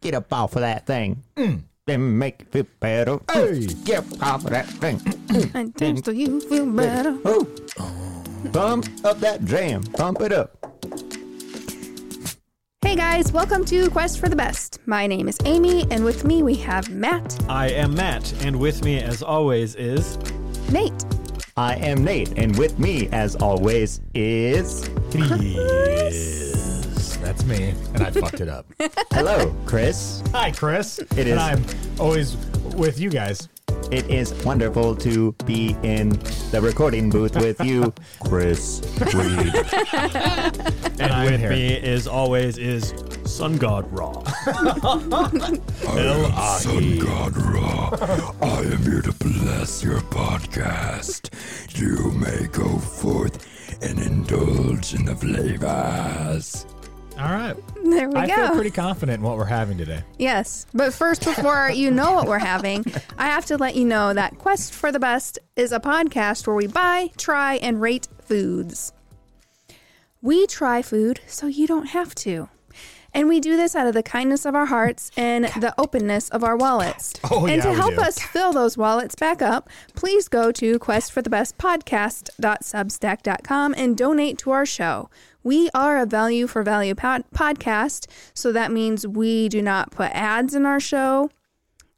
Get up off of that thing. Mm. Then make it feel better. Hey. Get up off of that thing. And times do you feel better? Ooh. Bump up that jam. Bump it up. Hey guys, welcome to Quest for the Best. My name is Amy, and with me we have Matt, Uh, I am Matt, and with me, as always, is Nate, I am Nate, and with me, as always, is Yes, that's me, and I fucked it up. hello, Chris. Hi, Chris. It is. And I'm always with you guys. It is wonderful to be in the recording booth with you, Chris Reed. And, I'm with here. me, as always, is Sun God Raw. Sun God Ra, I am here to bless your podcast. You may go forth and indulge in the flavors. All right. there we I go. feel pretty confident in what we're having today. Yes, but first, before you know what we're having, I have to let you know that Quest for the Best is a podcast where we buy, try, and rate foods. We try food so you don't have to. And we do this out of the kindness of our hearts and the openness of our wallets. Oh, and yeah, to we help do. us fill those wallets back up, please go to questforthebestpodcast.substack.com and donate to our show. We are a value for value pod- podcast, so that means we do not put ads in our show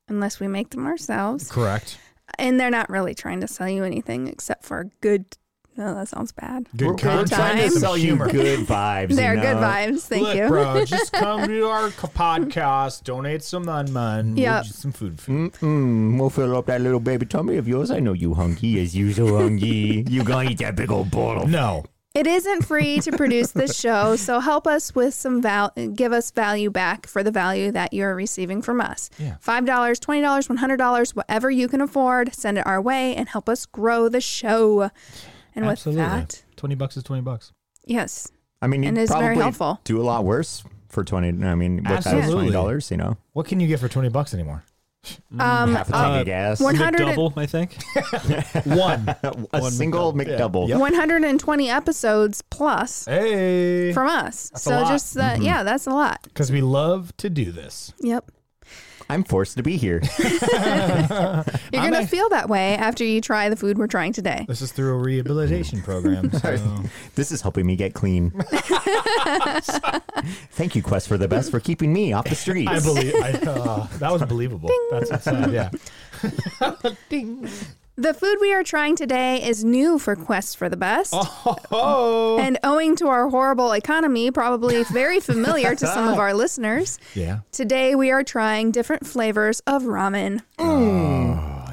unless we make them ourselves. Correct. And they're not really trying to sell you anything except for good. Oh, that sounds bad. Good content. trying to and some sell you humor. good vibes. They're you good know? vibes. Thank Look, you. bro, just come to our co- podcast, donate some on mine, Yep. some food. for you. Mm-mm, we'll fill up that little baby tummy of yours. I know you hungry as you so hungry. you gonna eat that big old bottle. No. It isn't free to produce this show, so help us with some val give us value back for the value that you're receiving from us. Yeah. Five dollars, twenty dollars, one hundred dollars, whatever you can afford, send it our way and help us grow the show. And Absolutely. with that, 20 bucks is 20 bucks. yes, I mean, you And it's very probably helpful. do a lot worse for twenty. I mean, with that Absolutely. twenty dollars, you know, What can you get for 20 bucks anymore? Mm-hmm. um, half a tank uh, of gas, one- a 100 and- McDouble, I think. One. single McDouble. Yep. one hundred and twenty episodes plus hey. from us. That's a so lot. Mm-hmm. just that, yeah, that's a lot. Because we love to do this. Yep. I'm forced to be here. You're I'm gonna a- feel that way after you try the food we're trying today. This is through a rehabilitation program. So. this is helping me get clean. Thank you, Quest for the Best, for keeping me off the streets. I believe I, uh, that was believable. That's insane. Yeah. The food we are trying today is new for Quest for the Best. Oh. and owing to our horrible economy, probably very familiar to some of our listeners. Yeah. Today we are trying different flavors of ramen.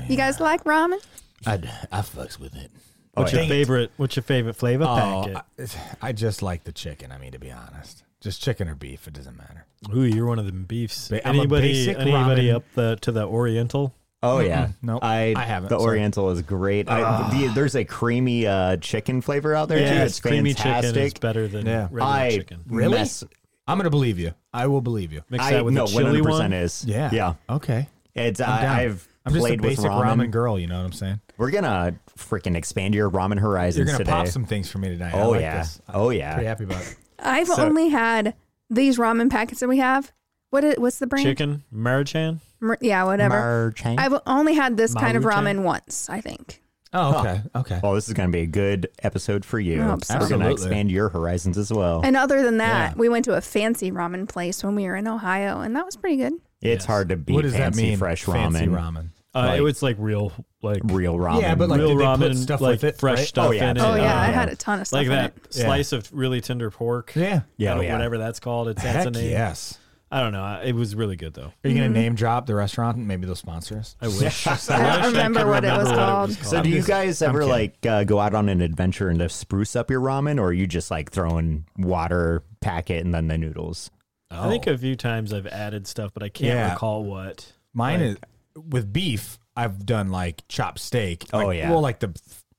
You guys like ramen? I I fucks with it. Oh, What's your favorite? What's your favorite flavor Oh, packet? I, I just like the chicken. I mean, to be honest, just chicken or beef, it doesn't matter. Ooh, you're one of them beefs. Ba- I'm a anybody? basic Anybody ramen. up the to the Oriental? Oh yeah, Nope. I, I haven't, The so- Ah. Oriental is great. I, the, there's a creamy uh, chicken flavor out there too. It's creamy fantastic. chicken is better than Yeah. regular I chicken. Really? mess- I'm gonna believe you. I will believe you. Mix I that with no, a chili 100% one. is Yeah. yeah. Okay. It's I'm down. I, I've I'm just a played basic with ramen. ramen. girl. You know what I'm saying? We're gonna freaking expand your ramen horizons You're gonna today. pop some things for me tonight. I oh like yeah, this. I'm oh yeah. Pretty happy about it. I've So- only had these ramen packets that we have. What is, what's the brand? Chicken marichan. Mer- yeah, whatever. Merchant. I've only had this kind of Maruchan. ramen once, I think. Oh, okay. Okay. Oh, this is gonna be a good episode for you. I hope so. We're gonna Absolutely. expand your horizons as well. And other than that, Yeah. we went to a fancy ramen place when we were in Ohio, and that was pretty good. it's Yes. hard to beat What does fancy that mean? fresh ramen, Fancy ramen. Uh, Like- it was like real, like real ramen. Yeah, but like real did they ramen, put stuff like with it, fresh right? stuff Oh, yeah, in it. Yeah. Oh, yeah, I Yeah. had a ton of stuff. like in that it. Yeah. slice of really tender pork. Yeah. Yeah, I don't- yeah. whatever that's called. It's that's Heck a name. yes. I don't know. I- It was really good though. Are you Mm-hmm. gonna name drop the restaurant and maybe they'll sponsor us? I wish. I don't remember could what it was called. So, do you guys ever like uh, go out on an adventure and to spruce up your ramen, or are you just like throwing water packet and then the noodles? I think a few times I've added stuff, but I can't Yeah. Mm-hmm. recall what. Mine is with beef. I've done like chopped steak. Oh, like- yeah. well, like the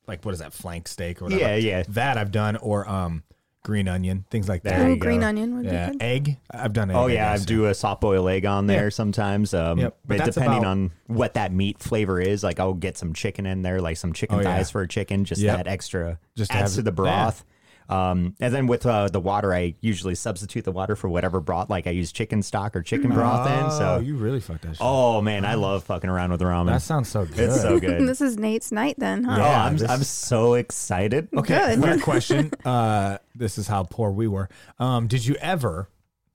like what is that flank steak or whatever. Yeah, yeah. That I've done or um green onion things like There you Ooh, go. that. Oh, green onion would Yeah, be good. egg. I've done. Egg, Oh I yeah, I guess. do a soft boiled egg on there sometimes. Um, Yep, but but that's depending about- on what that meat flavor is, like I'll get some chicken in there, like some chicken Oh, yeah. thighs for a chicken, just Yep. that extra Just to adds have- to the yeah. broth. Um, and then with uh, the water, I usually substitute the water for whatever broth. Like I use chicken stock or chicken broth in. Oh, So, you really fucked that shit. Oh, oh man, I love fucking around with ramen. that sounds so good. it's so good. this is Nate's night then, huh? oh, Yeah, I'm, this- I'm so excited. Okay, Good. weird question. Uh, this is how poor we were. Um, did you ever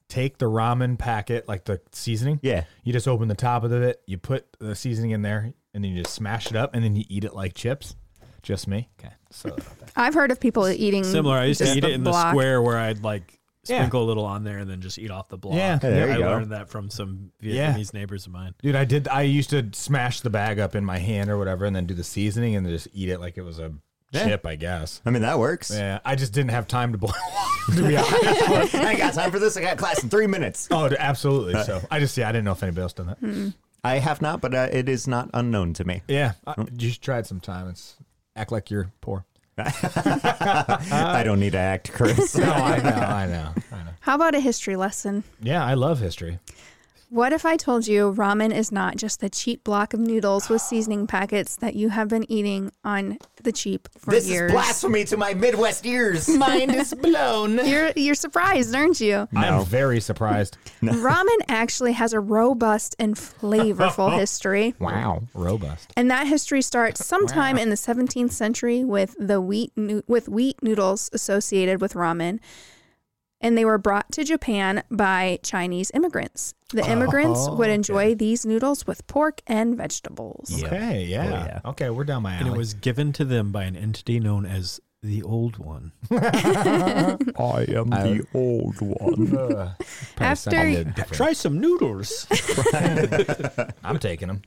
take the ramen packet, like the seasoning? Yeah. You just open the top of it, you put the seasoning in there, and then you just smash it up, and then you eat it like chips. Just me. Okay. So I've heard of people eating Similar. I used to just eat it in the block. square where I'd like Yeah. sprinkle a little on there and then just eat off the block. Yeah. Hey, there you I go. learned that from some Vietnamese Yeah. neighbors of mine. Dude, I did. I used to smash the bag up in my hand or whatever, and then do the seasoning and just eat it like it was a Yeah. chip, I guess. I mean, that works. Yeah, I just didn't have time to boil. to be honest. I ain't got time for this. I got class in three minutes. Oh, dude, absolutely. So I just yeah, I didn't know if anybody else done that. I have not, but uh, it is not unknown to me. Yeah, I, you should try it sometime. It's act like you're poor. I don't need to act, Chris. No, I know, I know, I know. How about a history lesson? Yeah, I love history. What if I told you ramen is not just the cheap block of noodles with seasoning packets that you have been eating on the cheap for this years? is blasphemy to my Midwest ears. Mind is blown. You're you're surprised, aren't you? I'm very surprised. Ramen actually has a robust and flavorful history. Wow, robust. And that history starts sometime in the 17th century with the wheat noo- with wheat noodles associated with ramen. And they were brought to Japan by Chinese immigrants. The immigrants would enjoy these noodles with pork and vegetables. Okay, yeah. yeah. Okay, we're down my alley. And it was given to them by an entity known as the Old One. I am the old one. Ugh. uh, Probably After- sounded different. Try some noodles. I'm taking them.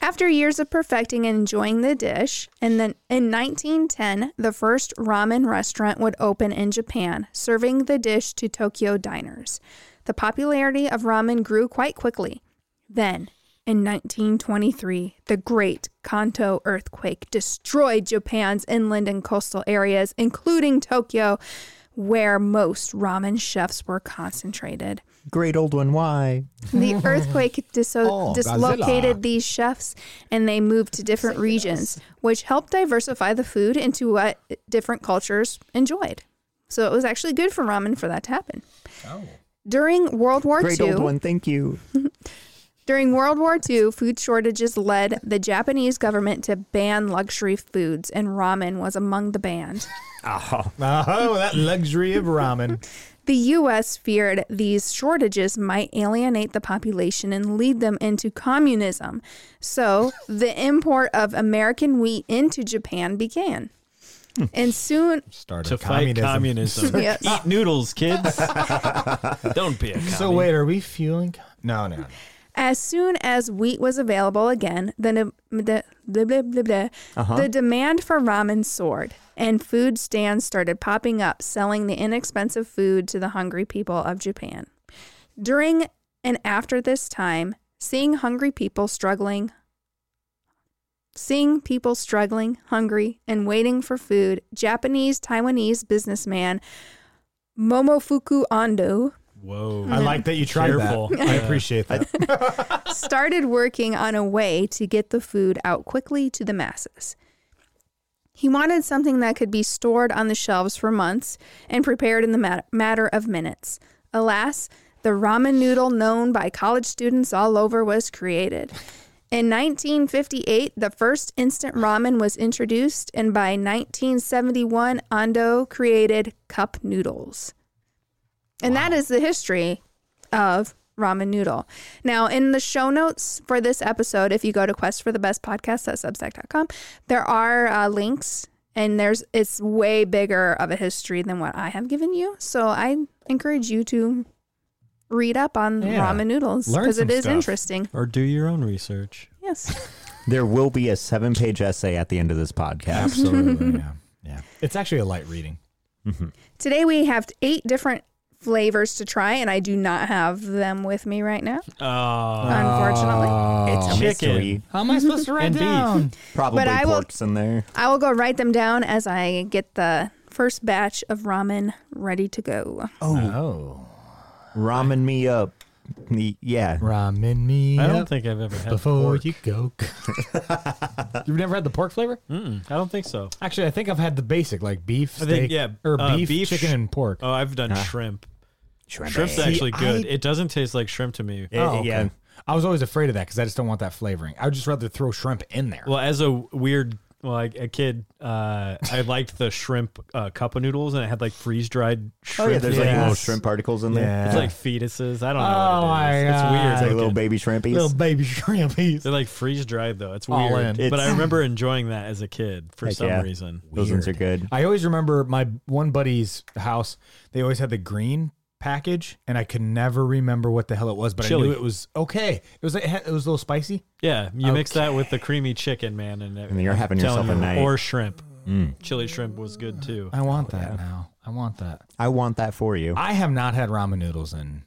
After years of perfecting and enjoying the dish, and then in 1910, the first ramen restaurant would open in Japan, serving the dish to Tokyo diners. The popularity of ramen grew quite quickly. Then, in 1923, the Great Kanto earthquake destroyed Japan's inland and coastal areas, including Tokyo, where most ramen chefs were concentrated. Great old one, why? The earthquake diso- Oh, dislocated Godzilla. these chefs and they moved to different regions, which helped diversify the food into what different cultures enjoyed. So it was actually good for ramen for that to happen. Oh. During World War Great II, old one, thank you. during World War II, food shortages led the Japanese government to ban luxury foods, and ramen was among the banned. Oh, that luxury of ramen. The U.S. feared these shortages might alienate the population and lead them into communism. So the import of American wheat into Japan began. And soon, Started to fight communism. Yes. Eat noodles, kids. Don't be a commie. So wait, are we fueling? co- No, no, no. as soon as wheat was available again, the, ne- the, blah, blah, blah, blah, the demand for ramen soared, and food stands started popping up, selling the inexpensive food to the hungry people of Japan. During and after this time, seeing hungry people struggling, seeing people struggling, hungry, and waiting for food, Japanese Taiwanese businessman Momofuku Ando Whoa. I like that you tried Careful. that. I appreciate that. started working on a way to get the food out quickly to the masses. He wanted something that could be stored on the shelves for months and prepared in the mat- matter of minutes. Alas, the ramen noodle known by college students all over was created. In 1958, the first instant ramen was introduced, and by 1971, Ando created cup noodles. And that is the history of ramen noodle. Now, in the show notes for this episode, if you go to quest for the best podcast at substack.com, there are uh, links and there's it's way bigger of a history than what I have given you. So I encourage you to read up on Yeah. ramen noodles Learn because some it is stuff. interesting. Or do your own research. Yes. There will be a seven page essay at the end of this podcast. Absolutely. Yeah. Yeah. It's actually a light reading. Today we have eight different flavors to try and I do not have them with me right now, Oh. unfortunately. Uh, It's a Chicken. mystery. How am I supposed to write And beef. down? Probably But I will- pork's in there. I will go write them down as I get the first batch of ramen ready to go. Oh. Ramen me up. Y- Yeah. Ramen me I up don't think I've ever had before pork. you go. You've never had the pork flavor? Mm-mm, I don't think so. Actually, I think I've had the basic like beef, I steak, think, yeah, or uh, beef, beef, chicken, sh- and pork. Oh, I've Ah. done shrimp. Shrimp. Shrimp's See, actually good. I- it doesn't taste like shrimp to me. Eh, Oh, okay. Yeah. I was always afraid of that because I just don't want that flavoring. I would just rather throw shrimp in there. Well, as a weird well, like a kid, uh, I liked the shrimp uh, cup of noodles, and it had like freeze dried Oh shrimp. yeah, there's like Yes. little shrimp particles in there. Yeah. It's like fetuses. I don't know. Oh, what it is. my It's weird. It's God. like looking. little baby shrimpies. little baby shrimp. These. They're like freeze dried though. It's All weird. in. But I It's- remember enjoying that as a kid for Heck some yeah. reason. Those ones are good. I always remember my one buddy's house. They always had the green package, and I could never remember what the hell it was, but I Chili. knew it was okay. It was it had- it was a little spicy. Yeah, you mix that with the creamy chicken, man, and, And you're having telling yourself a you, night. Mm. Or shrimp. Chili shrimp was good too. I want that now. I want that. I want that for you. I have not had ramen noodles in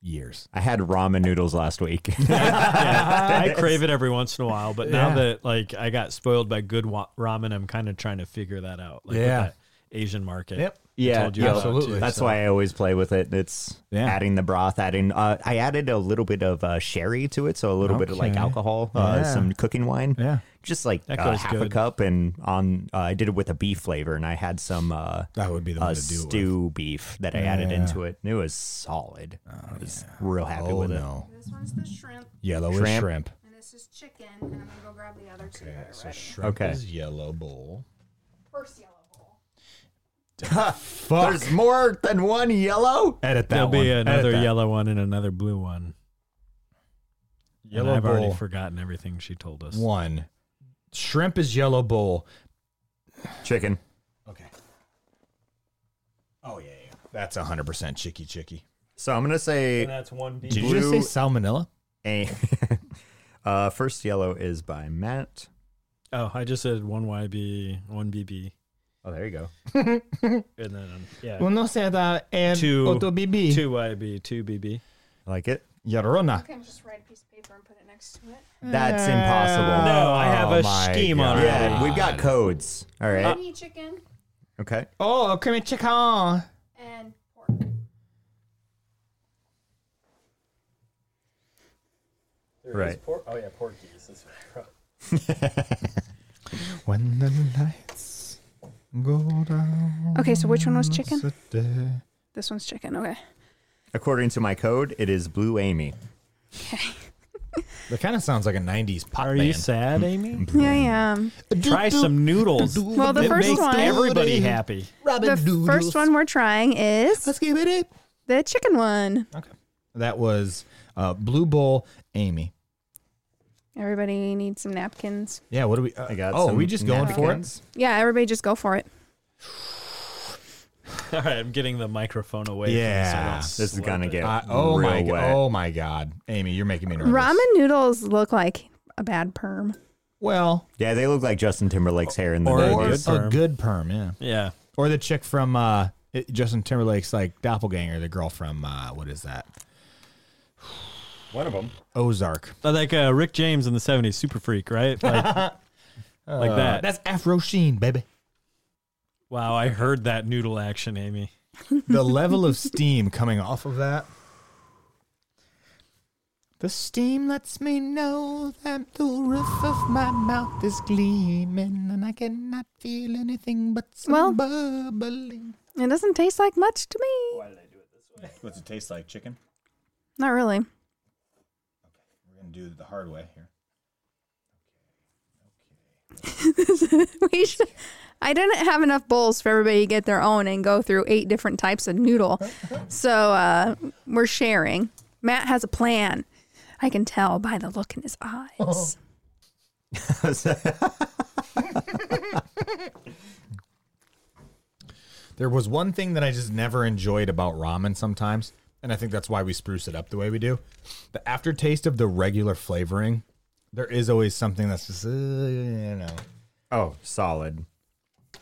years. I had ramen noodles last week. Yeah, I crave it every once in a while, but now Yeah. that like I got spoiled by good wa- ramen, I'm kind of trying to figure that out. Like, with Yeah. that Asian market. Yep. yeah, told you yeah, about, Absolutely. too, That's so. why I always play with it. It's Yeah. adding the broth, adding. Uh, I added a little bit of uh, sherry to it, so a little bit of like Okay. alcohol, uh, Yeah. some cooking wine. Yeah. just like That uh, goes half a good. cup, and on uh, I did it with a beef flavor, and I had some uh, That would be the uh, one to do. it with. stew beef that I added Yeah. into it. It was solid. I was real happy Oh with it. no, This one's the shrimp, yellow is Shrimp. shrimp. and this is chicken, and I'm gonna go grab the other two. that are ready. Shrimp Okay. is yellow bowl. First yellow bowl. Fuck. There's more than one yellow. Edit that There'll one. be Edit another that. yellow one and another blue one. And Yellow I've already bowl. forgotten everything she told us. one. Shrimp is yellow bowl. Chicken. Okay. Oh yeah, yeah. That's hundred percent chicky chicky. So I'm gonna say And that's one beef. you Did just you Blue- just say salmonella? a. uh, first yellow is by Matt. Oh, I just said one YB, one BB, Oh, there you go. and then um, yeah, Uno seda and Two- bibi. two YB, two BB. I like it. Yarona. Okay, just write a piece of paper and put it next to it. That's impossible. Oh No, I have a my scheme God. already. Yeah, we've got codes. All right. Creamy chicken Okay. Oh, creamy chicken. and pork. Right. oh yeah, porkies. When the lights go down. Okay, so which one was chicken? sit there. This one's chicken. Okay. According to my code, it is Blue Amy. That kind of sounds like a '90s pop Are band. you Mm-hmm. sad, Amy? Yeah, yeah. Try some noodles. Well, the it first makes one- everybody happy. The first one we're trying is Let's give it up. the chicken one. Okay. That was uh, Blue Bowl Amy. Everybody needs some napkins. Yeah. What do we? Uh, I got oh, some we just going for it. napkins. Yeah, everybody just go for it. All right, I'm getting the microphone away. from Yeah. this, This is gonna get Uh, oh real my! wet. Oh my God, Amy, you're making me nervous. Ramen noodles look like a bad perm. Well, Yeah, they look like Justin Timberlake's hair in the Or- or, good 90s. a perm. good perm, yeah. Yeah. Or the chick from uh, it- Justin Timberlake's like doppelganger, the girl from uh, what is that? One of them. Ozark. Like uh, Rick James in the 70s, Super Freak, right? Like, like Uh, that. that's Afro Sheen, baby. Wow, I heard that noodle action, Amy. The level of steam coming off of that. The steam lets me know that the roof of my mouth is gleaming, and I cannot feel anything but some Well- bubbling. It doesn't taste like much to me. What's it taste like? Chicken. Not really. We're gonna do it the hard way here. We should, I didn't have enough bowls for everybody to get their own and go through eight different types of noodle. So uh, we're sharing. Matt has a plan. I can tell by the look in his eyes. There was one thing that I just never enjoyed about ramen sometimes, and I think that's why we spruce it up the way we do. The aftertaste of the regular flavoring, there is always something that's just, uh, you know. Oh, solid.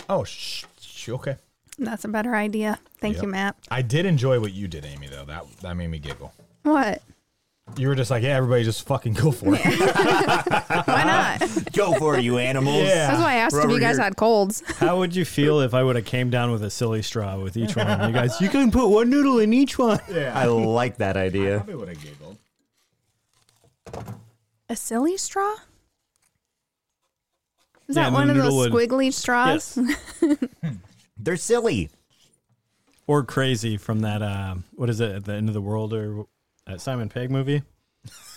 Oh, shh, shh, okay. That's a better idea. Thank you, Yep. Matt. I did enjoy what you did, Amy, though. That that made me giggle. What? You were just like, yeah, everybody just fucking go for it. Why not? Go for it, you animals. Yeah. That's why I asked We're if you over guys here. had colds. How would you feel if I would have came down with a silly straw with each one? You guys, you can put one noodle in each one. I like that idea. would have giggled. A silly straw? Is Yeah, that and one the of those noodle would- squiggly straws? They're silly. Or crazy from that. Uh, what is it? At the end of the world or that Simon Pegg movie?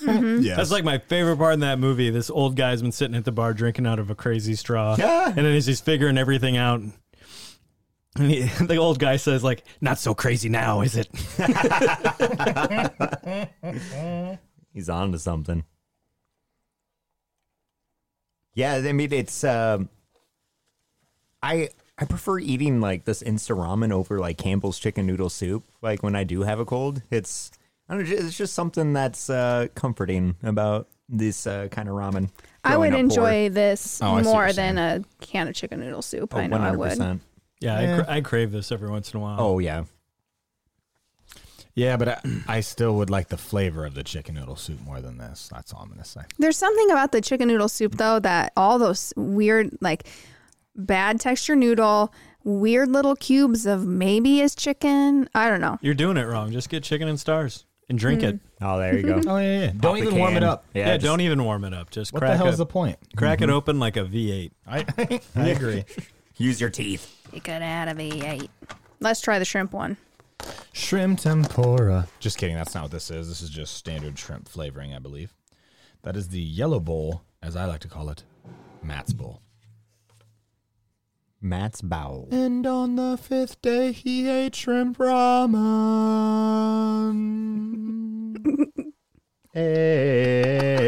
Yeah. That's like my favorite part in that movie. This old guy's been sitting at the bar drinking out of a crazy straw, Yeah. and then as he's figuring everything out, and he, the old guy says, "Like, not so crazy now, is it?" He's on to something. Yeah, I mean it's um I I prefer eating like this instant ramen over like Campbell's chicken noodle soup. Like when I do have a cold, it's I don't know, it's just something that's uh comforting about this uh, kind of ramen. I growing up would poor. enjoy this Oh, I see what more you're than a can of chicken noodle soup. Oh, I know I would. 100%. Yeah, I, Yeah. cra- I crave this every once in a while. Oh yeah. yeah, but I, I still would like the flavor of the chicken noodle soup more than this. That's all I'm gonna say. There's something about the chicken noodle soup though that all those weird like bad texture noodle, weird little cubes of maybe is chicken. I don't know. you're doing it wrong. Just get chicken and stars and drink Hmm. it. Oh, there you go. Oh yeah, yeah. yeah. Pop Don't the even warm it can. up. Yeah, just- Mm-hmm. don't even warm it up. Just What the crack hell it- is the point? crack it open like a V8. I, I agree. use your teeth. You could add a V8. Let's try the shrimp one. Shrimp tempura. Just kidding. That's not what this is. This is just standard shrimp flavoring, I believe. That is the yellow bowl, as I like to call it, Matt's bowl. Matt's bowel. And on the fifth day, he ate shrimp ramen. Amen.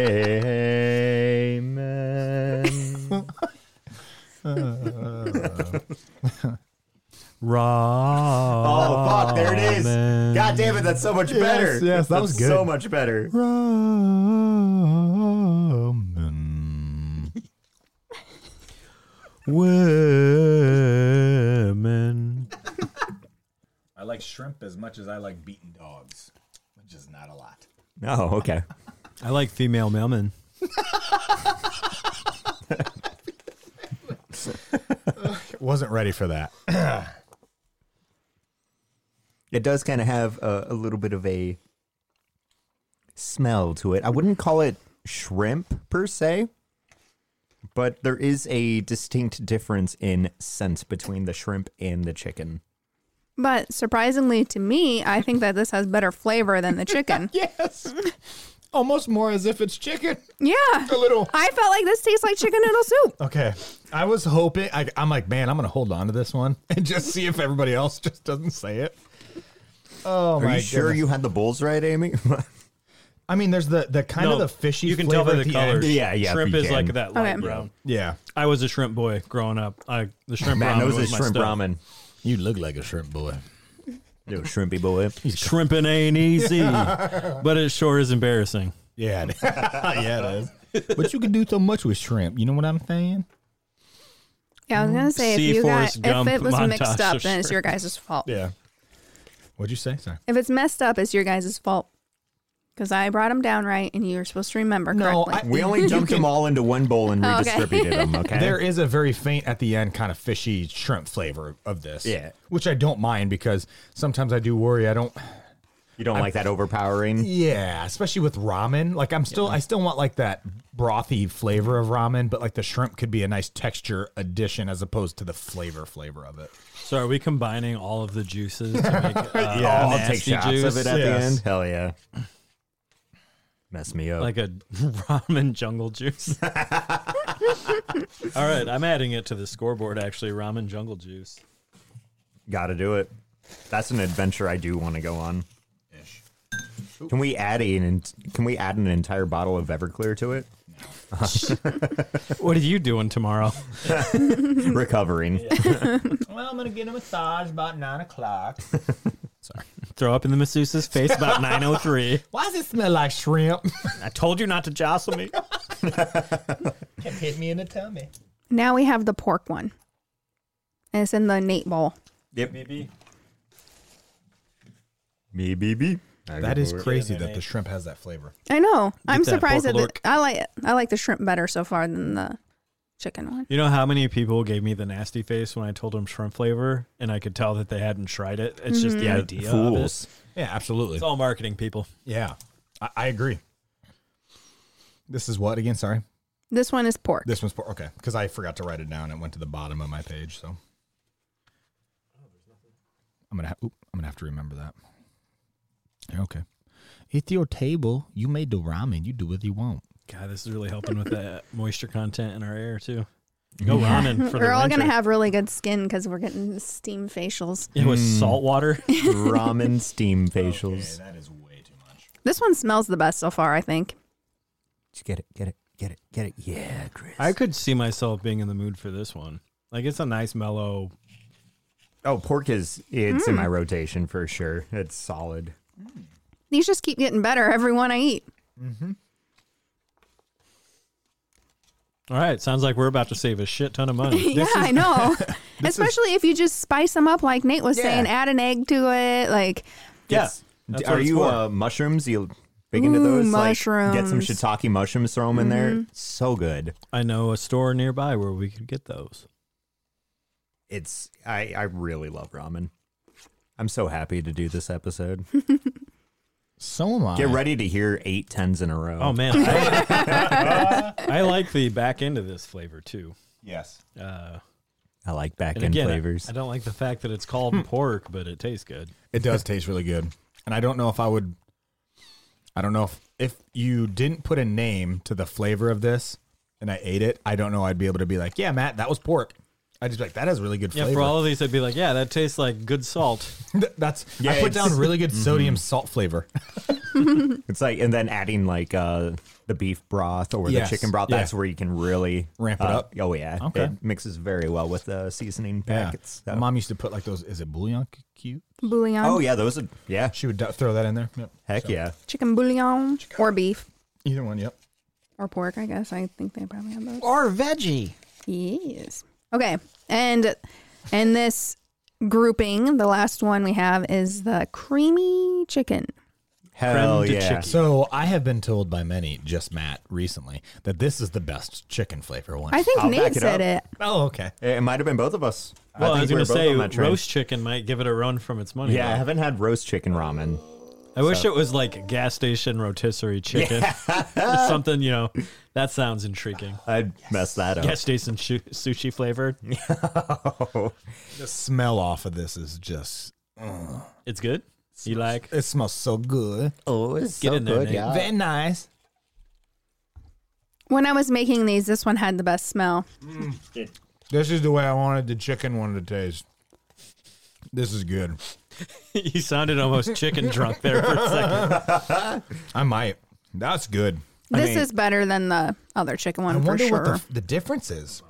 Raw. Oh fuck! There it is. God damn it! That's so much better. yes, that was That's good. So much better. ramen. Women. I like shrimp as much as I like beaten dogs, which is not a lot. Oh, okay. I like female mailmen. Wasn't ready for that. It does kind of have a, a little bit of a smell to it. I wouldn't call it shrimp per se, but there is a distinct difference in scent between the shrimp and the chicken. But surprisingly to me, I think that this has better flavor than the chicken. Yes. Almost more as if it's chicken. yeah. A little. I felt like this tastes like chicken noodle soup. Okay. I was hoping, I, I'm like, man, I'm going to hold on to this one and just see if everybody else just doesn't say it. Oh, Are my you sure goodness. you had the bulls right, Amy? I mean, there's the, the kind of the fishy You can flavor tell by at the, the colors. end. Yeah, yeah, Shrimp you is like can. that light Okay. brown. Yeah. I was a shrimp boy growing up. I the shrimp Matt ramen knows was his my shrimp stuff. ramen. You look like a shrimp boy. Yo, shrimpy boy. Shrimping ain't easy, but it sure is embarrassing. Yeah. it- yeah, it is. But you can do so much with shrimp. You know what I'm saying? Yeah, I was gonna say if See you got Forrest Gump if it was montage mixed of up, then it's shrimp. your guys' fault. Yeah. What'd you say? Sorry. If it's messed up, it's your guys' fault. Because I brought them down right, and you're supposed to remember No, correctly. We only dumped them all into one bowl and Oh, okay. redistributed them. Okay. There is a very faint at the end kind of fishy shrimp flavor of this. Yeah. Which I don't mind because sometimes I do worry I don't you don't like that overpowering. Yeah, especially with ramen. Like I'm still I still want like that brothy flavor of ramen, but like the shrimp could be a nice texture addition as opposed to the flavor flavor of it. So are we combining all of the juices to make uh, Oh, I'll nasty take shots juice? of it at yes. the end. Hell yeah. Mess me up. like a ramen jungle juice. All right, I'm adding it to the scoreboard. Actually, ramen jungle juice. Gotta do it. That's an adventure I do want to go on. Can we add a, an can we add an entire bottle of Everclear to it? What are you doing tomorrow? Recovering. Well, I'm gonna get a massage about nine o'clock. Sorry. Throw up in the masseuse's face about 9:03. Why does it smell like shrimp? I told you not to jostle me. it hit me in the tummy. now we have the pork one, and it's in the Nate bowl. Yep. Me BB. I That get is bored. crazy that the shrimp has that flavor. I know. I'm that surprised that the, porkalork. I like it. I like the shrimp better so far than the chicken one. You know how many people gave me the nasty face when I told them shrimp flavor, and I could tell that they hadn't tried it. It's just the idea. Of it. Fools. Yeah, absolutely. Mm-hmm. It's all marketing, people. Yeah, I, I agree. This is what again? Sorry, This one is pork. this one's por- okay because I forgot to write it down. It went to the bottom of my page, so I'm gonna ha- oop, I'm gonna have to remember that. Yeah, Okay, it's your table. You made the ramen. You do what you want. God, this is really helping with that moisture content in our air too. Go ramen for the We're all winter. gonna have really good skin because we're getting steam facials. it was salt water. Ramen steam facials. that is way too much. This one smells the best so far, I think. Get it, get it, get it, get it. Yeah, Chris. I could see myself being in the mood for this one. Like it's a nice mellow. oh, pork is it's in my rotation for sure. It's solid. These just keep getting better every one I eat. All right, sounds like we're about to save a shit ton of money. yeah, I know. Especially if you just spice them up, like Nate was saying, add an egg to it. Like, yeah, It's- that's what are it's you for. uh, mushrooms? You big into Ooh, those? Like, get some mushrooms. shiitake mushrooms, throw them in there. So good. I know a store nearby where we could get those. It's I I really love ramen. I'm so happy to do this episode. So am I. Get ready to hear eight tens in a row. Oh man, I, I like the back end of this flavor too. Yes. Uh, I like back and end again, I- flavors. I don't like the fact that it's called pork, but it tastes good. It does taste really good. And I don't know if I would I don't know if if you didn't put a name to the flavor of this and I ate it, I don't know I'd be able to be like, "Yeah, Matt, that was pork." I just be like that has really good Yeah, flavor. for all of these, I'd be like, yeah, that tastes like good salt. That's Yeah, I put it's- down really Mm-hmm. good sodium salt flavor. It's like, and then adding like uh, the beef broth or Yes. the chicken broth. That's Yeah. where you can really Ramp it uh, up. Oh yeah, Okay. it mixes very well with the seasoning Yeah. packets. My so- Mom used to put like those is it bouillon cute? bouillon, Oh yeah, those are yeah. She would d- throw that in there. Yep. Heck So, yeah. chicken bouillon, or beef, Either one, yep. or pork, I guess. I think they probably have those. Or veggie. Yes. Okay. And and this grouping, the last one we have is the creamy chicken. Hell Creme de yeah. chicken. So I have been told by many, just Matt, recently, that this is the best chicken flavor one. I think I'll back Nate it said up. it. oh, okay. It might have been both of us. Well, I, think was we going were to both say on that train. roast chicken might give it a run from its money. Yeah, I though. haven't had roast chicken ramen. I wish it was like gas station rotisserie chicken. Something, you know, that sounds intriguing. I'd mess that up. Gas station shu- sushi flavored. The smell off of this is just It's good. You like? it smells so good. Oh, it's Get so in there, good, Nate. yeah. Very nice. When I was making these, this one had the best smell. This is the way I wanted the chicken one to taste. This is good. you sounded almost chicken drunk there for a second. I might. That's good. This mean- is better than the other chicken I one for wonder sure. what the, the difference is.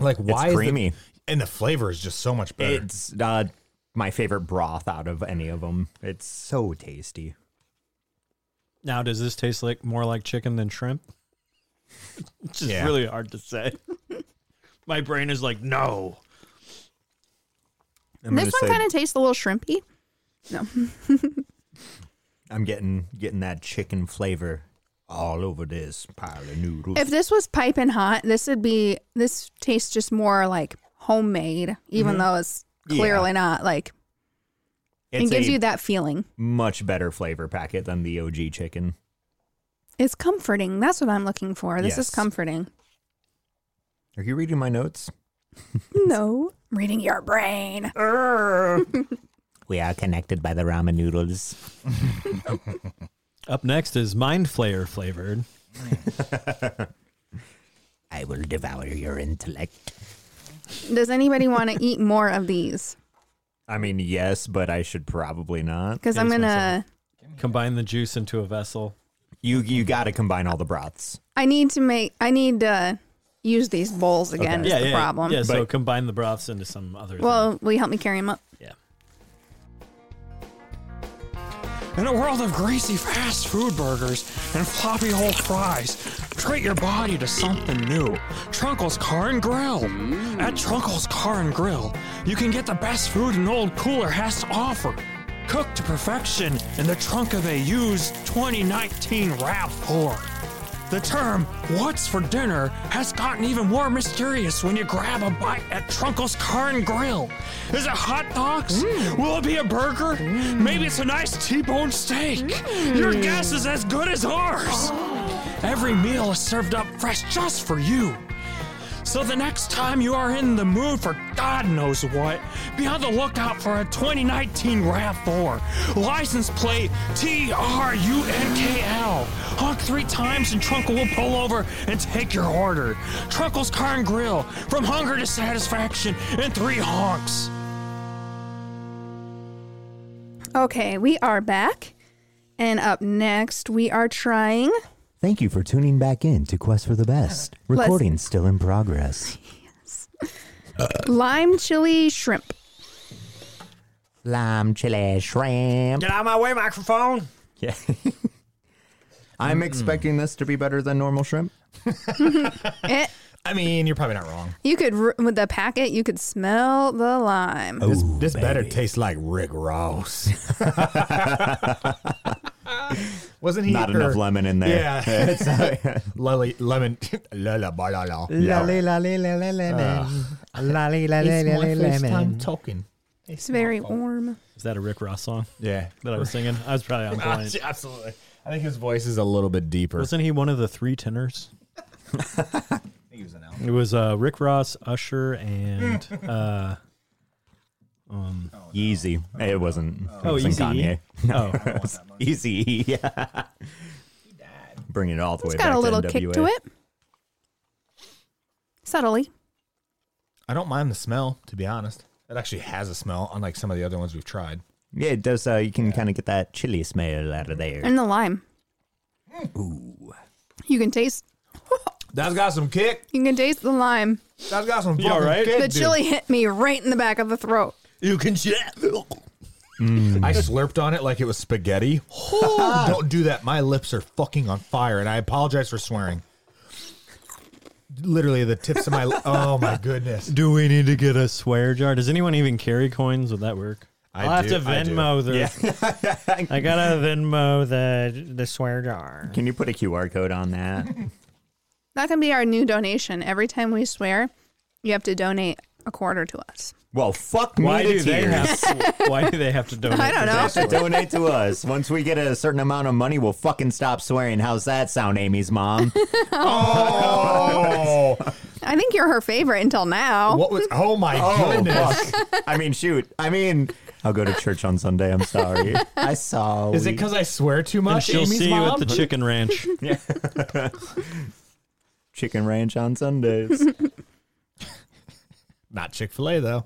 Like why is the- creamy. and the flavor is just so much better. It's uh, my favorite broth out of any of them. It's so tasty. Now, does this taste like more like chicken than shrimp? It's just Yeah. really hard to say. My brain is like, no. I'm gonna this one say kind of tastes a little shrimpy. I'm getting getting that chicken flavor all over this pile of noodles. If this was piping hot, this would be this tastes just more like homemade, even though it's Mm-hmm. Yeah. clearly not like it's it gives a you that feeling. much better flavor packet than the OG chicken. It's comforting. That's what I'm looking for. This Yes. is comforting. Are you reading my notes? No. Reading your brain. We are connected by the ramen noodles. Up next is mind flayer flavored. I will devour your intellect. Does anybody want to eat more of these? I mean, yes, but I should probably not. Because I'm Yes, going to, myself. Combine the juice into a vessel. You you got to combine all the broths. I need to make, I need to use these bowls again is yeah, the yeah, problem. Yeah, so But- combine the broths into some other. Well, will you help me carry them up? thing. yeah. In a world of greasy fast food burgers and floppy old fries, treat your body to something new. Trunkle's Car and Grill. At Trunkle's Car and Grill, you can get the best food an old cooler has to offer. cooked to perfection in the trunk of a used 2019 RAV4. The term what's for dinner has gotten even more mysterious when you grab a bite at Trunkle's Car and Grill. Is it hot dogs? Will it be a burger? Maybe it's a nice T-bone steak. Your guess is as good as ours. Every meal is served up fresh just for you. So the next time you are in the mood for God knows what, be on the lookout for a 2019 RAV4. License plate T-R-U-N-K-L. Honk three times and Trunkle will pull over and take your order. Trunkle's Car and Grill, from hunger to satisfaction in three honks. Okay, we are back. And up next, we are trying. Thank you for tuning back in to Quest for the Best. Recording still in progress. lime chili shrimp. Lime chili shrimp. Get out of my way, microphone. Yeah. I'm expecting this to be better than normal shrimp. It, I mean, you're probably not wrong. you could r- with the packet, you could smell the lime. This, this better tastes like Rick Ross. Wasn't he Not or- enough lemon in there. Yeah, it's like lolly lemon. la la ba la la. talking. It's very warm. Is that a Rick Ross song Yeah, that I was singing? I was probably on point. absolutely. I think his voice is a little bit deeper. Wasn't he one of the three tenors? I think he was an It was uh, Rick Ross, Usher, Mm. and uh, Yeezy. It wasn't. it Oh, wasn't Yeezy. Kanye. No, Yeezy. Yeah. Bring it all the It's way got back a little to NWA. kick to it. Subtly. I don't mind the smell, to be honest. It actually has a smell, unlike some of the other ones we've tried. Yeah, it does. Uh, you can kind of get that chili smell out of there. And the lime. You can taste That's got some kick. you can taste the lime. That's got some all fucking right? kick, The dude. chili hit me right in the back of the throat. You can shit. I slurped on it like it was spaghetti. Don't do that. My lips are fucking on fire, and I apologize for swearing. Literally, the tips of my. oh my goodness. Do we need to get a swear jar? Does anyone even carry coins? Would that work? I will do, have to I do. Venmo the. I gotta Venmo the the swear jar. Can you put a QR code on that? That can be our new donation. Every time we swear, you have to donate a quarter to us. well, fuck me Why to do they tears. have? why do they have to donate? I for don't know. that? Donate to us. Once we get a certain amount of money, we'll fucking stop swearing. How's that sound, Amy's mom? Oh, I think you're her favorite until now. what was? Oh my goodness! fuck. I mean, shoot. I mean, I'll go to church on Sunday. I'm sorry. I saw. Is it we- because I swear too And much? she'll Amy's see you mom? at the chicken ranch. chicken ranch on Sundays? Not Chick Fil A though.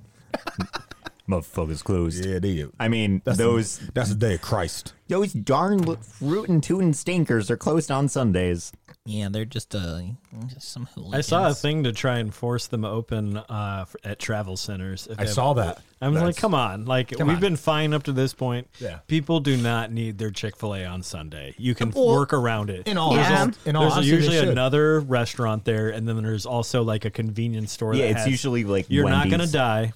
Motherfuckers closed. dude. I mean, those that's the day of Christ. those darn li- rootin' tootin' stinkers are closed on Sundays. Yeah, they're just uh, just some I hooligans. saw a thing to try and force them open uh, f- at travel centers. if I they- saw that. I was like, come on! Like we've on. been fine up to this point. Yeah. People do not need their Chick Fil A on Sunday. You can Well, work around it. In all, Yeah. honesty- in all there's honesty, they usually should. another restaurant there, and then there's also like a convenience store. Yeah, that it's has- usually like you're Wendy's. not gonna die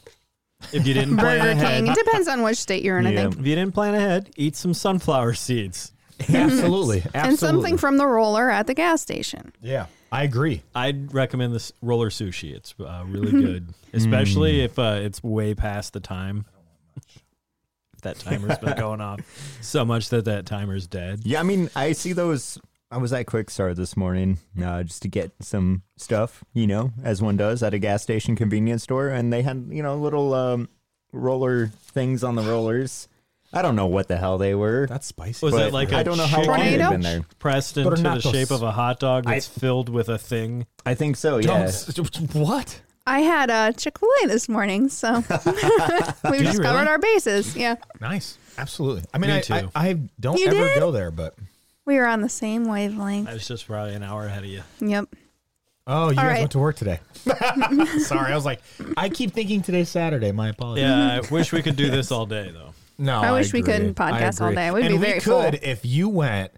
if you didn't plan Burger ahead. King. It depends on which state you're in, I Yeah. think. If you didn't plan ahead, eat some sunflower seeds. Absolutely, absolutely. And something from the roller at the gas station. Yeah, I agree. I'd recommend this roller sushi. It's uh, really good, especially if uh, it's way past the time. If that timer's been going off so much that that timer's dead. Yeah, I mean, I see those. I was at Quick Start this morning uh, just to get some stuff, you know, as one does at a gas station convenience store, and they had you know little um, roller things on the rollers. I don't know what the hell they were. That's spicy. Was but it like a I don't know how chicken long they've Tornado? been there. pressed into the Tornados. shape of a hot dog that's filled with a thing? I think so. Don't Yeah. s- what? I had a Chick fil A this morning, so we've just covered our bases. Yeah. Nice. Absolutely. I mean, Me I, too. I, I don't You ever did? go there, but We were on the same wavelength. I was just probably an hour ahead of you. Yep. oh, you guys right. went to work today. Sorry, I was like, I keep thinking today's Saturday. My apologies. Yeah, I wish we could do this all day though. No, I wish we agree. could podcast all agree. day. We'd and be we very could if you went.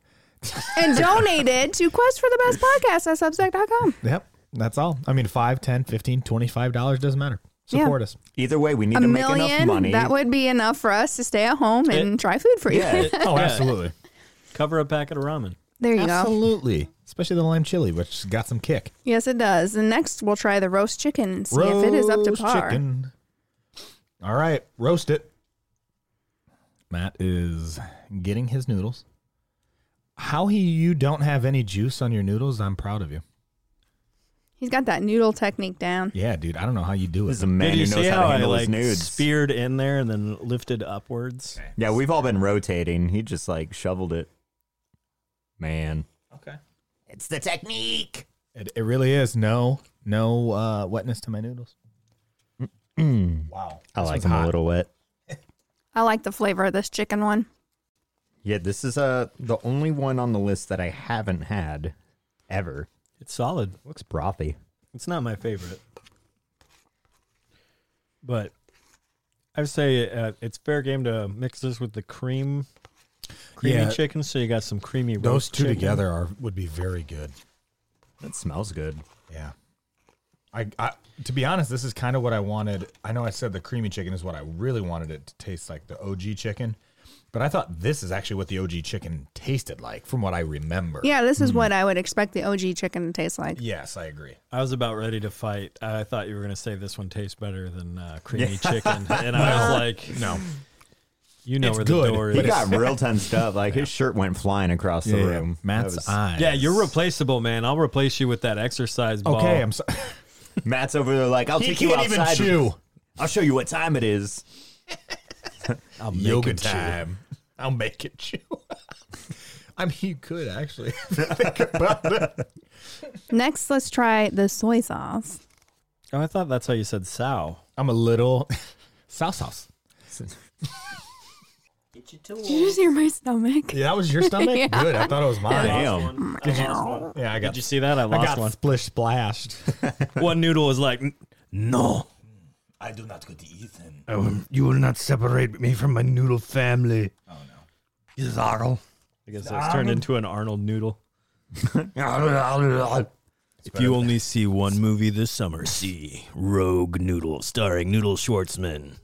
And donated to Quest for the Best Podcast at Substack.com. Yep, that's all. I mean, 5 10 15 25 dollars doesn't matter. Support us. Either way, we need A to make enough million, money. that would be enough for us to stay at home and try food for you. yeah, Oh, absolutely. Cover a packet of ramen. there you go. absolutely. Especially the lime chili, which got some kick. Yes, it does. And next, we'll try the roast chicken and see if it is up to Roast par. Chicken. All right, roast it. Matt is getting his noodles. How he you don't have any juice on your noodles? I'm proud of you. He's got that noodle technique down. Yeah, dude. I don't know how you do this is it. a man Did you who see knows how how to I handle like his nudes. speared in there and then lifted upwards? yeah, we've all been rotating. He just like shoveled it. Man, Okay. it's the technique. It, it really is. No, no uh, wetness to my noodles. wow. I This like one's them hot. a little wet. I like the flavor of this chicken one. Yeah, this is uh the only one on the list that I haven't had ever. It's solid. Looks brothy. It's not my favorite, but I would say uh, it's fair game to mix this with the cream, creamy Yeah. chicken. So you got some creamy. Those roast two chicken. together are would be very good. That smells good. Yeah. I, I to be honest, this is kind of what I wanted. I know I said the creamy chicken is what I really wanted it to taste like the OG chicken, but I thought this is actually what the OG chicken tasted like from what I remember. Yeah, this Mm. is what I would expect the OG chicken to taste like. Yes, I agree. I was about ready to fight. I thought you were going to say this one tastes better than uh, creamy chicken, and I was like, No. you know It's where good, the door but is. He got real tensed up. Like his shirt went flying across the room. That Matt's was- eyes. yeah, you're replaceable, man. I'll replace you with that exercise ball. Okay, I'm sorry. Matt's over there like, I'll He take you can't even outside. chew. I'll show you what time it is. I'll make Yoga him chew. time. I'll make it chew. I mean, you could actually think about it. Next, let's try the soy sauce. Oh, I thought that's how you said sow. I'm a little sauce sauce. Did you just hear my stomach? Yeah, that was your stomach. Good. I thought it was mine. Damn. Yeah, I got. Did you see that? I I lost got one. splish splashed. One noodle is like, No. I do not go to Ethan. I will- Oh, um, you will not separate me from my noodle family. Oh, no. Zarl. I guess it's turned Um, into an Arnold noodle. If you only see one movie this summer, see Rogue Noodle, starring Noodle Schwartzman.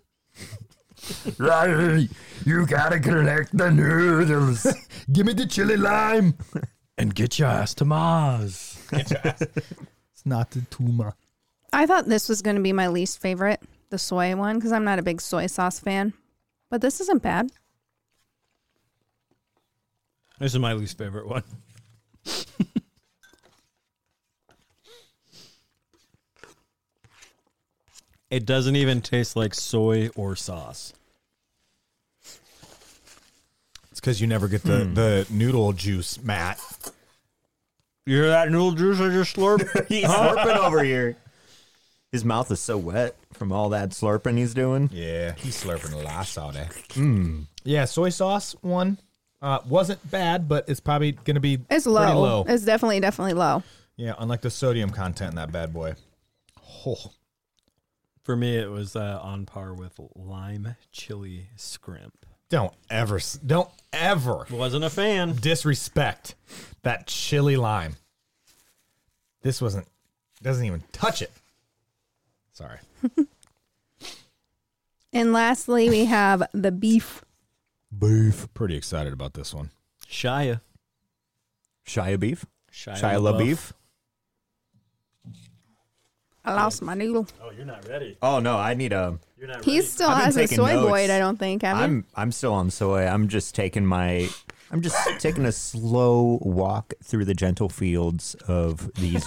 you gotta collect the noodles. Give me the chili lime. And get your ass to Mars. It's not the tuma. I thought this was going to be my least favorite, the soy one, because I'm not a big soy sauce fan. But this isn't bad. This is my least favorite one. it doesn't even taste like soy or sauce. It's because you never get the, the noodle juice, Matt. You hear that noodle juice I just slurped? He's slurping over here. His mouth is so wet from all that slurping he's doing. Yeah, he's slurping a lot. I saw that. Hmm. Yeah, soy sauce one uh, wasn't bad, but it's probably gonna be It's pretty low. low. It's definitely, definitely low. yeah, unlike the sodium content in that bad boy. Oh, For me, it was uh, on par with lime chili scrimp. don't ever, s- don't ever Wasn't a fan. disrespect that chili lime. This wasn't doesn't even touch it. Sorry. And lastly, we have the beef. Beef. Pretty excited about this one. Shia. Shia beef? Shia, Shia LaBeouf. LaBeef? I lost my noodle. Oh, you're not ready. Oh no, I need a. You're not He still I've been has a taking soy notes. boyd, I don't think. Have you? I'm I'm still on soy. I'm just taking my. I'm just taking a slow walk through the gentle fields of these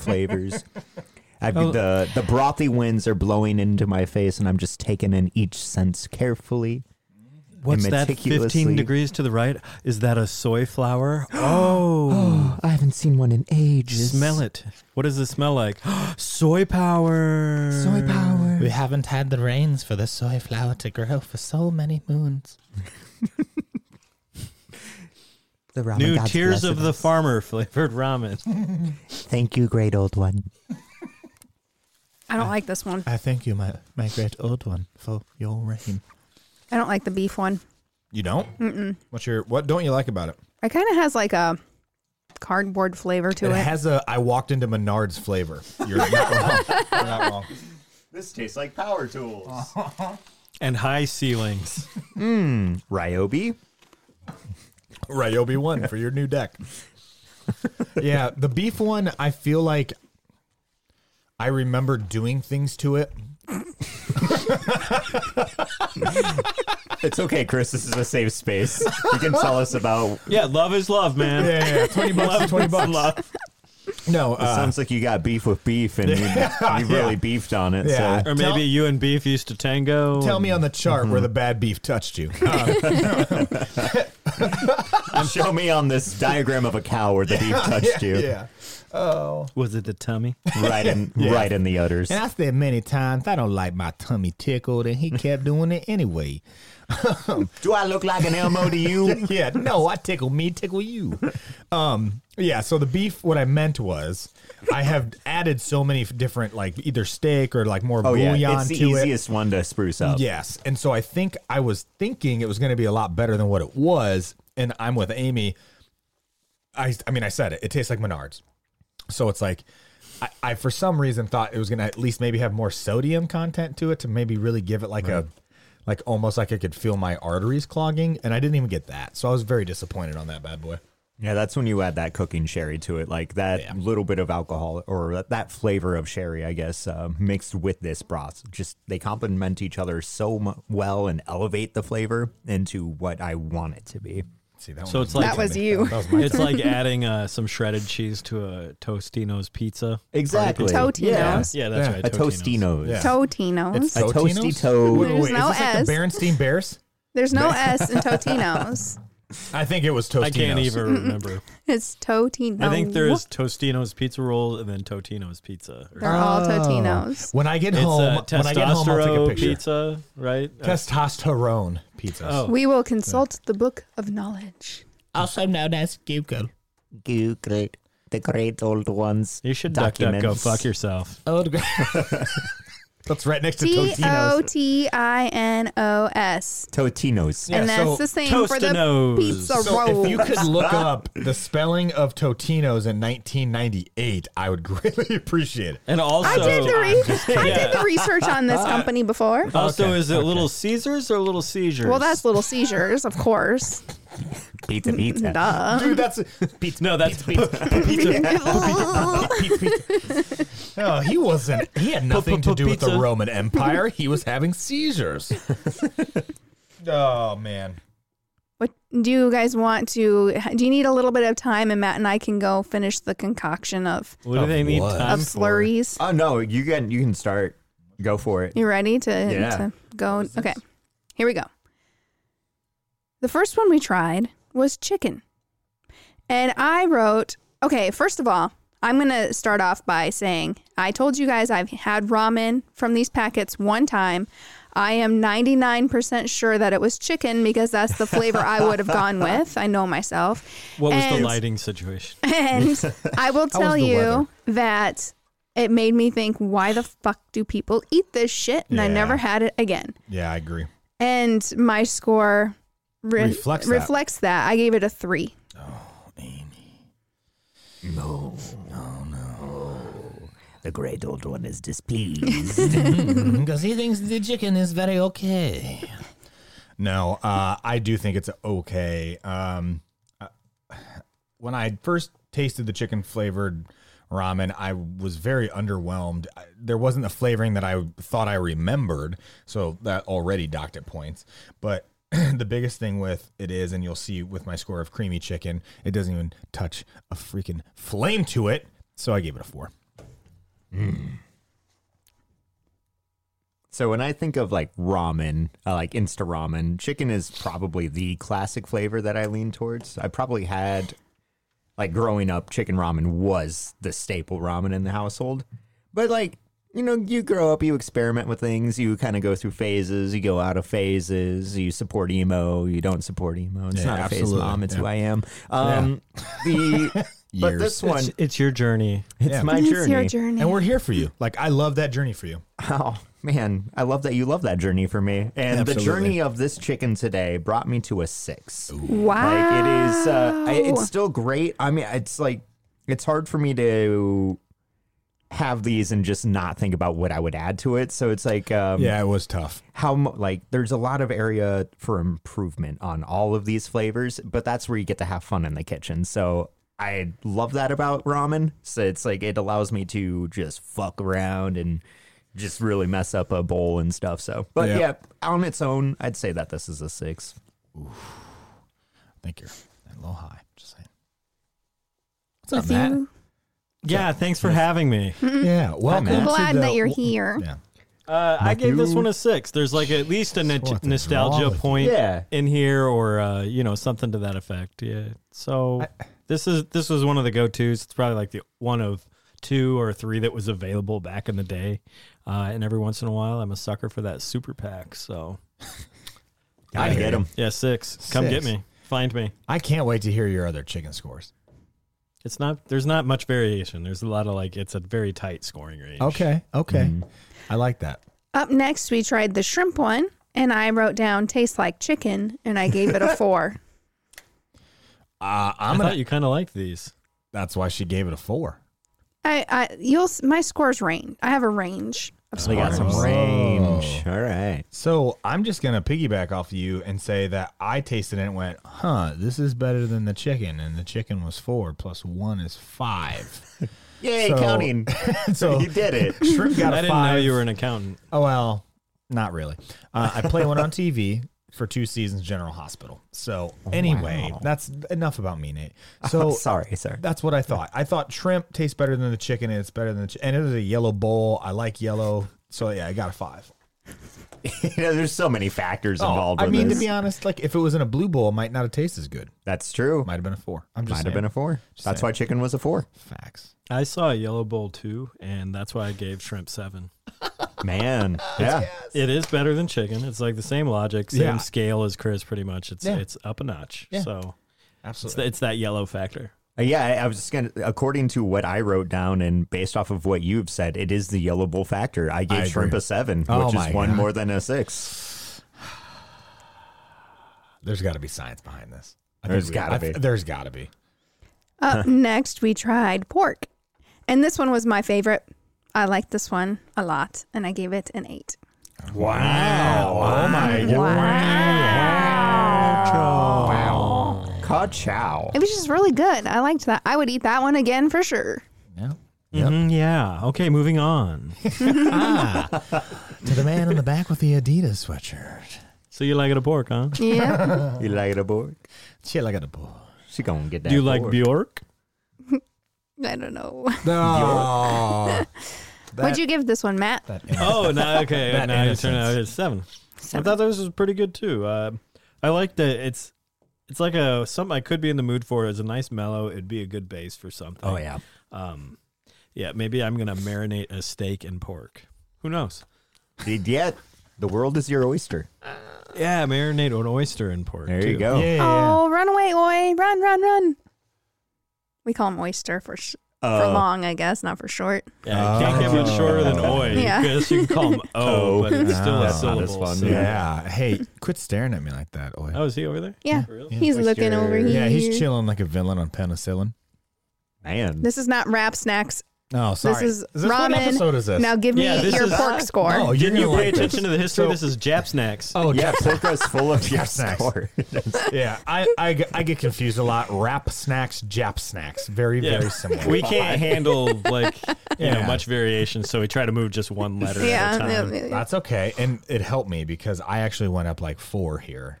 flavors. I, Oh. The the brothy winds are blowing into my face, and I'm just taking in each sense carefully. What's that? meticulously- 15 degrees to the right? Is that a soy flower? Oh. I haven't seen one in ages. Smell it. What does it smell like? soy power. Soy power. We haven't had the rains for the soy flower to grow for so many moons. The ramen New Oh gods Tears bless of the us. Farmer flavored ramen. Thank you, great old one. I don't like this one. I thank you, my, my great old one, for your rain. I don't like the beef one. You don't? Mm-mm. What's your what don't you like about it? It kind of has like a cardboard flavor to It it. has a I walked into Menards flavor. You're not wrong. You're not wrong. This tastes like power tools. and high ceilings. Ryobi. Ryobi one for your new deck. yeah, the beef one, I feel like I remember doing things to it. It's okay, Chris. This is a safe space. You can tell us about. Yeah, love is love, man. Yeah, yeah, yeah. 20 bucks, 20 bucks. Love. No, uh, sounds like you got beef with beef, and you, you really beefed on it. Yeah. So Or Tell- maybe you and Beef used to tango. tell me on the chart where the bad beef Mm-hmm. touched you. show me on this diagram of a cow where the beef touched you, yeah. Was it the tummy? right in right in the udders. And I said many times, I don't like my tummy tickled, and he kept doing it anyway. Do I look like an Elmo to you? yeah, no, I tickle me, tickle you. Um, yeah, so the beef, what I meant was, I have added so many different, like either steak or like more Oh yeah, bouillon it's the to it. easiest one to spruce up. Yes. And so I think I was thinking it was going to be a lot better than what it was. And I'm with Amy. I, I mean, I said it. It tastes like Menards. So it's like, I, I for some reason thought it was going to at least maybe have more sodium content to it to maybe really give it like a, like almost like I could feel my arteries clogging. And I didn't even get that. So I was very disappointed on that bad boy. Yeah, that's when you add that cooking sherry to it, like that Yeah. little bit of alcohol or that, that flavor of sherry, I guess, uh, mixed with this broth. Just they complement each other so mu well and elevate the flavor into what I want it to be. See, that So one it's like- That was you. That was my It's like adding uh, some shredded cheese to a Tostino's pizza. Exactly. Totinos. Yeah, that's Yeah. right. A Tostino's. Yeah. Totinos. A toasty Totino's? toad. Wait, wait, There's is no this like the S. Berenstein Bears? There's no S in Totinos. I think it was Totino's. I can't even remember. It's Totino. I think there's Tostino's pizza roll and then Totino's pizza. Or- They're all Oh. Totinos. When I get It's home, a when I get home, I'll take a testosterone picture. pizza, right? Uh, Testosterone pizzas. Oh. We will consult the book of knowledge. Also known as Google. You great, the great old ones. you should duck, duck, go fuck yourself. Old That's right next to T O Totino's. T I N O S. Totinos. Yeah, And so that's the same for the Tostinos. pizza roll. So if you could look up the spelling of Totino's in 1998, I would greatly appreciate it. And also, I did the re- I Yeah. did the research on this company before. also is it Little Caesars or Little Seizures? Well, that's little seizures, of course. Pizza, pizza. Duh. Dude, that's pizza. No, that's oh, he wasn't. He had nothing to do with the Pizza. Roman Empire. He was having seizures. oh man, What do you guys want to? Do you need a little bit of time, and Matt and I can go finish the concoction of What do they need Of what? time of for? slurries? Oh no, you can you can start. Go for it. You ready to, Yeah. to go? Okay, here we go. The first one we tried was chicken. And I wrote, okay, first of all, I'm going to start off by saying I told you guys I've had ramen from these packets one time. I am 99% sure that it was chicken because that's the flavor I would have gone with. I know myself. What was And- the lighting situation? and I will tell the you weather? that it made me think, why the fuck do people eat this shit? And I Yeah. never had it again. yeah, I agree. And my score re- Reflects reflects, that. that. I gave it a three. The great old one is displeased. Mm-hmm. Because he thinks the chicken is very okay. No, uh, I do think it's okay. Um, uh, when I first tasted the chicken flavored ramen, I was very underwhelmed. I- There wasn't the flavoring that I thought I remembered, so that already docked at points. But the biggest thing with it is, and you'll see with my score of creamy chicken, it doesn't even touch a freaking flame to it. So I gave it a four. so when I think of like ramen, uh, like Insta ramen, chicken is probably the classic flavor that I lean towards. I probably had like growing up, chicken ramen was the staple ramen in the household. But like, you know, you grow up, you experiment with things, you kind of go through phases, you go out of phases, you support emo, you don't support emo. It's Yeah, not a phase, absolutely. mom, it's Yeah. who I am. Um, the, but Years. this one, It's, it's your journey. it's yeah. my It's journey. your journey. And we're here for you. Like, I love that journey for you. Oh man, I love that you love that journey for me. And Absolutely. the journey of this chicken today brought me to a six. Like it wow. is, uh, I, it's still great. I mean, it's like it's hard for me to have these and just not think about what I would add to it. So it's like, um, Yeah, it was tough. how mu- like there's a lot of area for improvement on all of these flavors, but that's where you get to have fun in the kitchen. So I love that about ramen. So it's like it allows me to just fuck around and just really mess up a bowl and stuff. So, but Yeah. yeah, on its own, I'd say that this is a six. Thank you. are a little high. Just saying. What's With up, Matt? you. Yeah, thanks for having me. Yeah, welcome. Matt. to Glad the- that you're here. Yeah. Uh, I Like gave this you- one a six. There's like at least a Something's n- wrong nostalgia with you. point Yeah. in here, or uh, you know something to that effect. Yeah. So this is this was one of the go tos. It's probably like the one of two or three that was available back in the day. Uh, and every once in a while, I'm a sucker for that super pack. So I get them. yeah, six. Come get Six. me. Find me. I can't wait to hear your other chicken scores. It's not. There's not much variation. There's a lot of like. It's a very tight scoring range. Okay, okay. Mm-hmm. I like that. Up next, we tried the shrimp one, and I wrote down tastes like chicken, and I gave it a four. Uh, i I'm gonna. thought you kind of liked these. that's why she gave it a four. I, I, you'll, s- my scores range. I have a range of They got scores. some Oh. range. All right. So I'm just gonna piggyback off you and say that I tasted it and went, "Huh, this is better than the chicken." And the chicken was four plus one is five. Yay, So- counting. so you did it. shrimp got I a didn't five. know you were an accountant. Oh well, not really. Uh, I play one on TV for two seasons, General Hospital. So anyway, that's enough about me, Nate. So sorry, sorry. That's what I thought. I thought shrimp tastes better than the chicken, and it's better than the ch- and it was a yellow bowl. I like yellow, so yeah, I got a five. You know, there's so many factors involved Oh, I with mean, this. to be honest, like if it was in a blue bowl, it might not have tasted as good. That's true. Might have been a four. I'm just Might have been a four. That's saying. why chicken was a four. facts. I saw a yellow bowl too, and that's why I gave shrimp seven. Man, yeah. It is better than chicken. It's like the same logic, same Yeah. scale as Chris, pretty much. It's Yeah. it's up a notch. Yeah. So it's, Absolutely. th- it's that yellow factor. Uh, Yeah, I- I was just gonna. According to what I wrote down and based off of what you've said, it is the yellow bull factor. I gave I shrimp agree. a seven, Oh which my is one God. more than a six. There's got to be science behind this. I There's think we- gotta I- be. There's got to be. Up next, we tried pork, and this one was my favorite. I liked this one a lot, and I gave it an eight. Wow. Oh my god. Ka chow. It was just really good. I liked that. I would eat that one again for sure. Yeah. Mhm, yeah. Okay. Moving on. Ah. To the man in the back with the Adidas sweatshirt. so you like it a pork, huh? Yeah. You like it a board? Chill, I got a bowl. She gonna get that. Do you like board. Bjork? I don't know. No. What'd you give this one, Matt? That Oh, no. Okay. That now you turn out innocence. it's seven. I Seven. thought this was pretty good too. Uh, I like that it's it's like a something I could be in the mood for. It's a nice mellow. It'd be a good base for something. Oh yeah. Um, yeah. Maybe I'm gonna marinate a steak and pork. Who knows? Did yet? The world is your oyster. Yeah, marinate an oyster and pork. There you too. go. Oh, run away, Oi. Run, run, run. We call him oyster for sh- for Uh, long, I guess, not for short. Yeah, it can't get much shorter than Oh. oi. Yeah. Because you can call him o, but it's still a Oh. Not as syllable. fun, so- Yeah. Hey, quit staring at me like that. Oi. Oh, is he over there? Yeah. Really? He's looking over here. Yeah, he's chilling like a villain on penicillin. Man, This is not wrap snacks. Oh, sorry. is What ramen. episode is this? Now give me Yeah, this your is- pork score. Oh, you're Didn't you gonna pay like this. attention to the history? So- this is Jap snacks. Oh, yeah, Polka's full of your snacks. score. yeah. I, I, get- I get confused a lot. Rap snacks, Jap snacks. Very, very similar. We can't handle like you know Yeah. much variation, so we try to move just one letter yeah. at a yeah, time. yeah, yeah. That's okay. And it helped me because I actually went up like four here.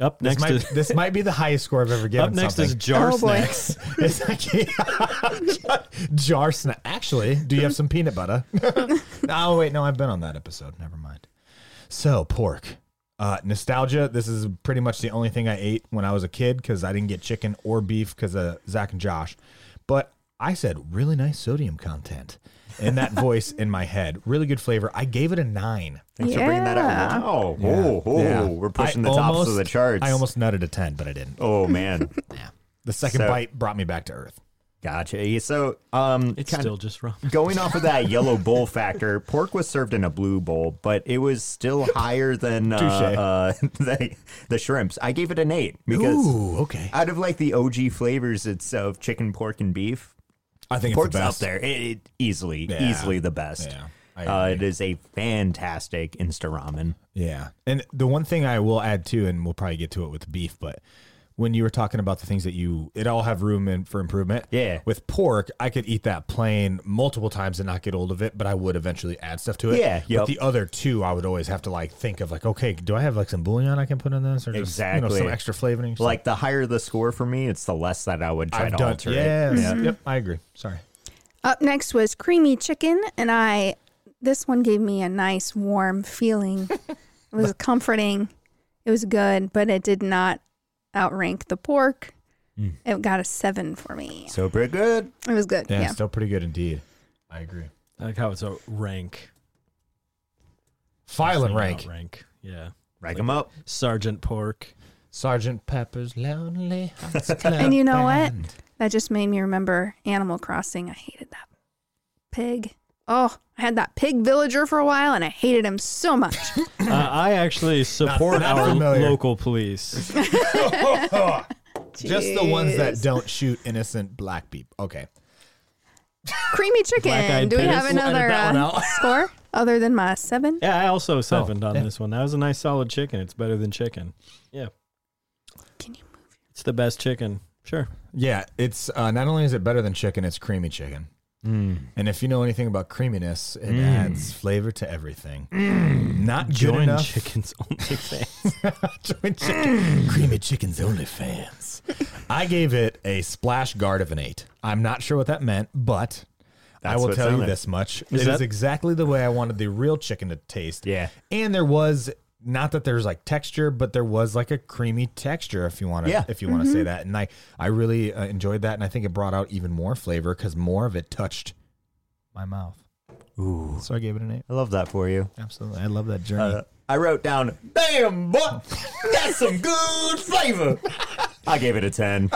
Up This, next might, is this might be the highest score I've ever given. up next is something. jar Oh, boy. snacks. It's like- jar snack. Actually, do you have some peanut butter? oh wait, no, I've been on that episode. Never mind. So pork, uh, nostalgia. This is pretty much the only thing I ate when I was a kid because I didn't get chicken or beef because of Zach and Josh. But I said really nice sodium content in that voice in my head. Really good flavor. I gave it a nine. Thanks for bringing that Yeah. up. Wow. Oh, oh, Yeah. we're pushing I the tops of almost- the charts. I almost nutted a ten, but I didn't. Oh man, The second So- bite brought me back to earth. gotcha. So, um, It's kinda- still just wrong. going off of that yellow bowl factor, pork was served in a blue bowl, but it was still higher than uh, Touche. uh, the, the shrimps. I gave it an eight because Ooh, okay. out of like the OG flavors, it's of chicken, pork, and beef. I think Pork's it's the up best. there. It, it- easily, Yeah. easily the best. Yeah, I Uh, it agree. is a fantastic Insta ramen. Yeah. And the one thing I will add too, and we'll probably get to it with beef, but when you were talking about the things that you, it all have room in, for improvement. Yeah. With pork, I could eat that plain multiple times and not get old of it, but I would eventually add stuff to it. Yeah, With yep. the other two, I would always have to like think of like, okay, do I have like some bouillon I can put in this or just, you know, Exactly. some extra flavoring? Like the higher the score for me, it's the less that I would try I've to done. alter it. Yes. Yeah. Yep. I agree. Sorry. Up next was creamy chicken, and I this one gave me a nice warm feeling. it was comforting. It was good, but it did not outrank the pork. Hmm. It got a seven for me. So pretty good. It was good. Yeah, Yeah. Still pretty good indeed. I agree. I like how it's a rank. File and Not rank. Rank. Yeah. Rack them up. Sergeant Pork. Sergeant Pepper's Lonely Hearts And Club you know what? Band. That just made me remember Animal Crossing. I hated that pig. Oh, I had that pig villager for a while, and I hated him so much. Uh, I actually support not our familiar. local police. Just the ones that don't shoot innocent black people. Okay. creamy chicken. Black-eyed Do we pig. have We'll edit another that one uh, out. score other than my seven? Yeah, I also sevened on Oh, yeah. this one. That was a nice solid chicken. It's better than chicken. Yeah. Can you It's the best chicken. Sure. Yeah, it's uh, not only is it better than chicken, it's creamy chicken. And if you know anything about creaminess, it adds flavor to everything. Not good Join enough. chickens only fans. Join chicken. Creamy chicken's only fans. I gave it a splash guard of an eight. I'm not sure what that meant, but I That's will what's tell on you it. this much: it is that- exactly the way I wanted the real chicken to taste. Yeah. and there was not that there's like texture, but there was like a creamy texture, if you want to, Yeah. if you want to say that. And I, I really uh, enjoyed that, and I think it brought out even more flavor because more of it touched my mouth. Ooh, so I gave it an eight. I love that for you. Absolutely, I love that journey. Uh, I wrote down, damn, boy, that's some good flavor. I gave it a 10. It's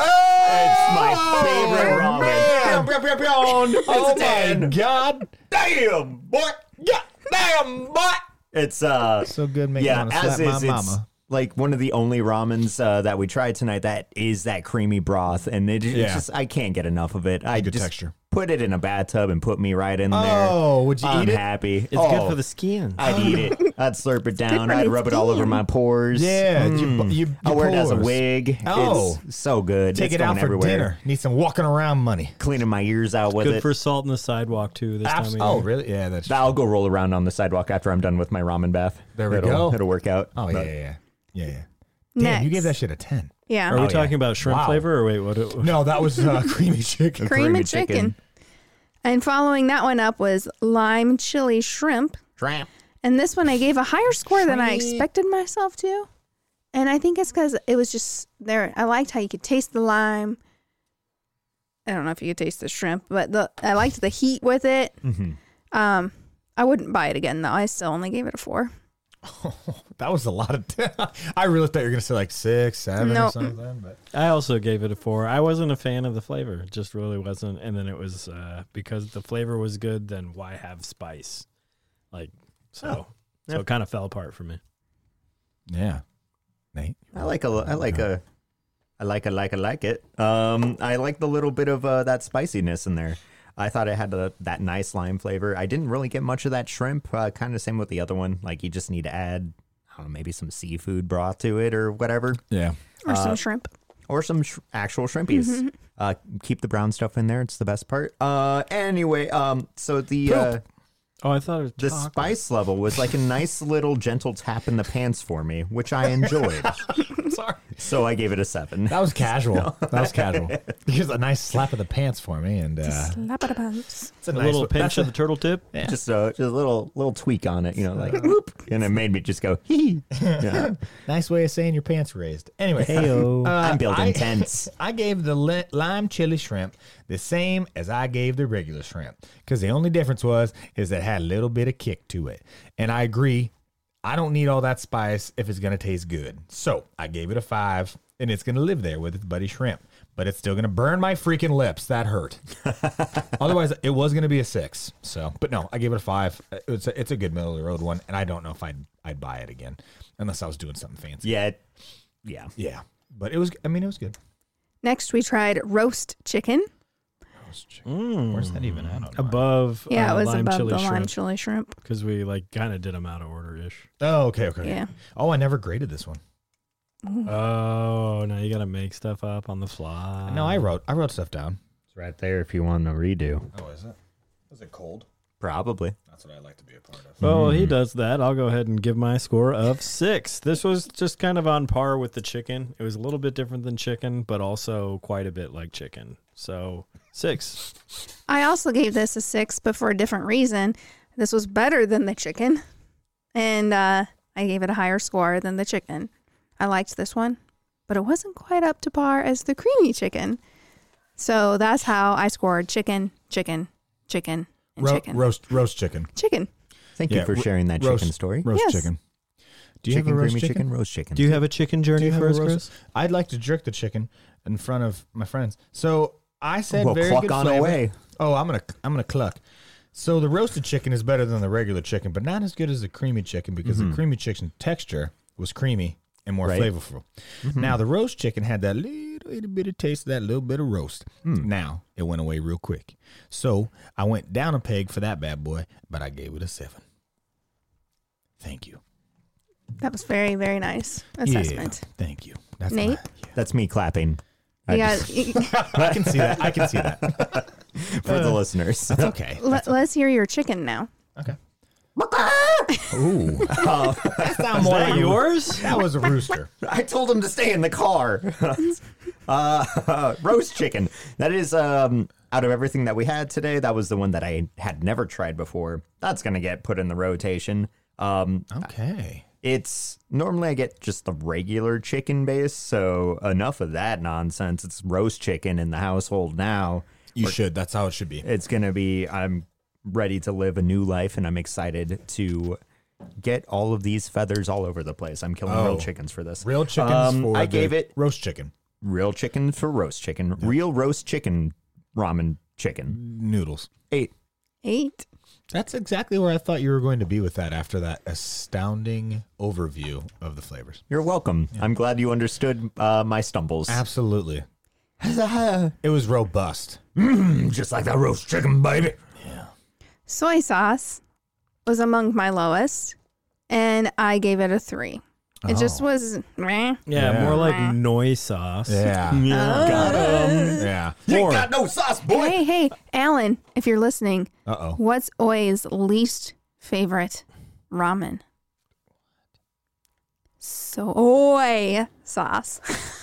my favorite ramen. Oh, Pew, pew, pew, pew, pew. oh It's a my 10. god, Damn, boy. Yeah, damn, boy. It's, uh, so good making yeah, want to as slap my is, it's mama. like one of the only ramens uh, that we tried tonight that is that creamy broth. And it, it's Yeah. just, I can't get enough of it. I good just texture. put it in a bathtub and put me right in there. Oh, would you I'm eat it? happy. Oh. It's skin. I'd eat it. I'd slurp it down. I'd the rub it all over skin. my pores. Yeah, you- you, you I Mm. wear it as a pores. wig. Oh. it's so good. Take It's it out going for everywhere. dinner. Need some walking around money. Cleaning my ears out with Good it. for salt in the sidewalk too. This time of oh, year. really? Yeah, that's I'll go roll around on the sidewalk after I'm done with my ramen bath. There we it'll, go. It'll work out. Oh yeah, But- yeah, yeah, yeah. yeah. Next. Damn, you gave that shit a ten. Oh, Yeah. Are we yeah. talking about shrimp Wow. flavor or wait? What? what- No, that was uh, creamy chicken. cream, cream and and chicken. chicken. And following that one up was lime chili shrimp. Tramp. And this one I gave a higher score than I expected myself to. And I think it's because it was just there. I liked how you could taste the lime. I don't know if you could taste the shrimp, but the I liked the heat with it. Mm-hmm. Um, I wouldn't buy it again though. I still only gave it a four. That was a lot of. I really thought you were gonna say like six, seven, or Nope. something. But I also gave it a four. I wasn't a fan of the flavor. It Just really wasn't. And then it was uh, because the flavor was good. Then why have spice? Like so. So it kind of fell apart for me. yeah, Nate. I like a. I like a. I like a like a like it. Um, I like the little bit of uh, that spiciness in there. I thought it had a, that nice lime flavor. I didn't really get much of that shrimp. Uh, kind of same with the other one. Like you just need to add, I don't know, maybe some seafood broth to it or whatever, Yeah, Or Uh, some shrimp. or some sh- actual shrimpies. Uh, keep the brown stuff in there. It's the best part. Uh, anyway, um, so the uh, Oh, I thought it was the spice level was like a nice little gentle tap in the pants for me, which I enjoyed. sorry. so I gave it a seven. That was casual. That was casual. Because a nice slap of the pants for me, and uh, Slap-a-da-bumps. it's a, a nice little one. pinch That's of the turtle tip. just a just a little little tweak on it, you know, like whoop, and it made me just go hee. Yeah. a nice way of saying your pants raised. Anyway, Heyo. uh, I'm building I- tents. I gave the li- lime chili shrimp the same as I gave the regular shrimp because the only difference was is that it had a little bit of kick to it. And I agree, I don't need all that spice if it's gonna taste good. So I gave it a five, and it's gonna live there with its buddy shrimp, but it's still gonna burn my freaking lips. That hurt. Otherwise, it was gonna be a six. So, but no, I gave it a five. It's a, it's a good middle of the road one, and I don't know if I'd I'd buy it again unless I was doing something fancy. Yeah, it- yeah. Yeah, but it was. I mean, it was good. Next we tried roast chicken. Where's, chicken? Where's that even at? on mine? above Yeah, uh, it was lime above chili the lime shrimp chili shrimp. because we like kind of did them out of order ish. Oh, okay, okay. Yeah. Oh, I never graded this one. Oh, now you got to make stuff up on the fly. no, I wrote. I wrote stuff down. It's right there if you want to redo. Oh, is it? Is it cold? Probably. That's what I like to be a part of. Well, he does that. I'll go ahead and give my score of six. This was just kind of on par with the chicken. It was a little bit different than chicken, but also quite a bit like chicken. So six. I also gave this a six, but for a different reason. This was better than the chicken, and uh, I gave it a higher score than the chicken. I liked this one, but it wasn't quite up to par as the creamy chicken. So that's how I scored chicken, chicken, chicken, and Ro- chicken. roast, roast chicken. chicken. Thank Yeah, you for ro- sharing that roast, chicken story. Roast Yes. chicken. Do chicken, creamy chicken? roast chicken. Do you have a chicken Do journey you have for a us, Chris? roast- I'd like to jerk the chicken in front of my friends. So I said, Well, very cluck good on flavor. away. Oh, I'm gonna, I'm gonna cluck. So the roasted chicken is better than the regular chicken, but not as good as the creamy chicken because the creamy chicken texture was creamy and more Mm-hmm. Right. Mm-hmm. flavorful. Now the roast chicken had that little, itty bitty taste of that little bit of roast. Mm. Now it went away real quick. So I went down a peg for that bad boy, but I gave it a seven. Thank you. That was very, very nice Yeah, assessment. thank you. That's Nate? my- That's me clapping I You guys, I can see that. I can see that. for the listeners. It's okay. let, let's hear your chicken now. Okay. Ooh. that sound more like yours? That was a rooster. I told him to stay in the car. uh, roast chicken. That is um, out of everything that we had today. That was the one that I had never tried before. That's gonna get put in the rotation. Um, Okay. it's normally I get just the regular chicken base, so enough of that nonsense. It's roast chicken in the household now. You should. That's how it should be. It's gonna be. I'm ready to live a new life, and I'm excited to get all of these feathers all over the place. I'm killing Oh. real chickens for this. Real chickens Um, for I the gave it roast chicken real chicken for roast chicken, real roast chicken ramen chicken. noodles. Eight. Eight. That's exactly where I thought you were going to be with that after that astounding overview of the flavors. You're welcome. I'm glad you understood uh, my stumbles. Absolutely. Ah. it was robust. Just like that roast chicken, baby. Soy sauce was among my lowest, and I gave it a three. Oh. It just was meh. Yeah, Yeah. more like noi sauce. Yeah. Got 'em. Yeah. You ain't Four. got no sauce, boy. Hey, hey, Alan, if you're listening, Uh oh. what's Oi's least favorite ramen? Soy sauce.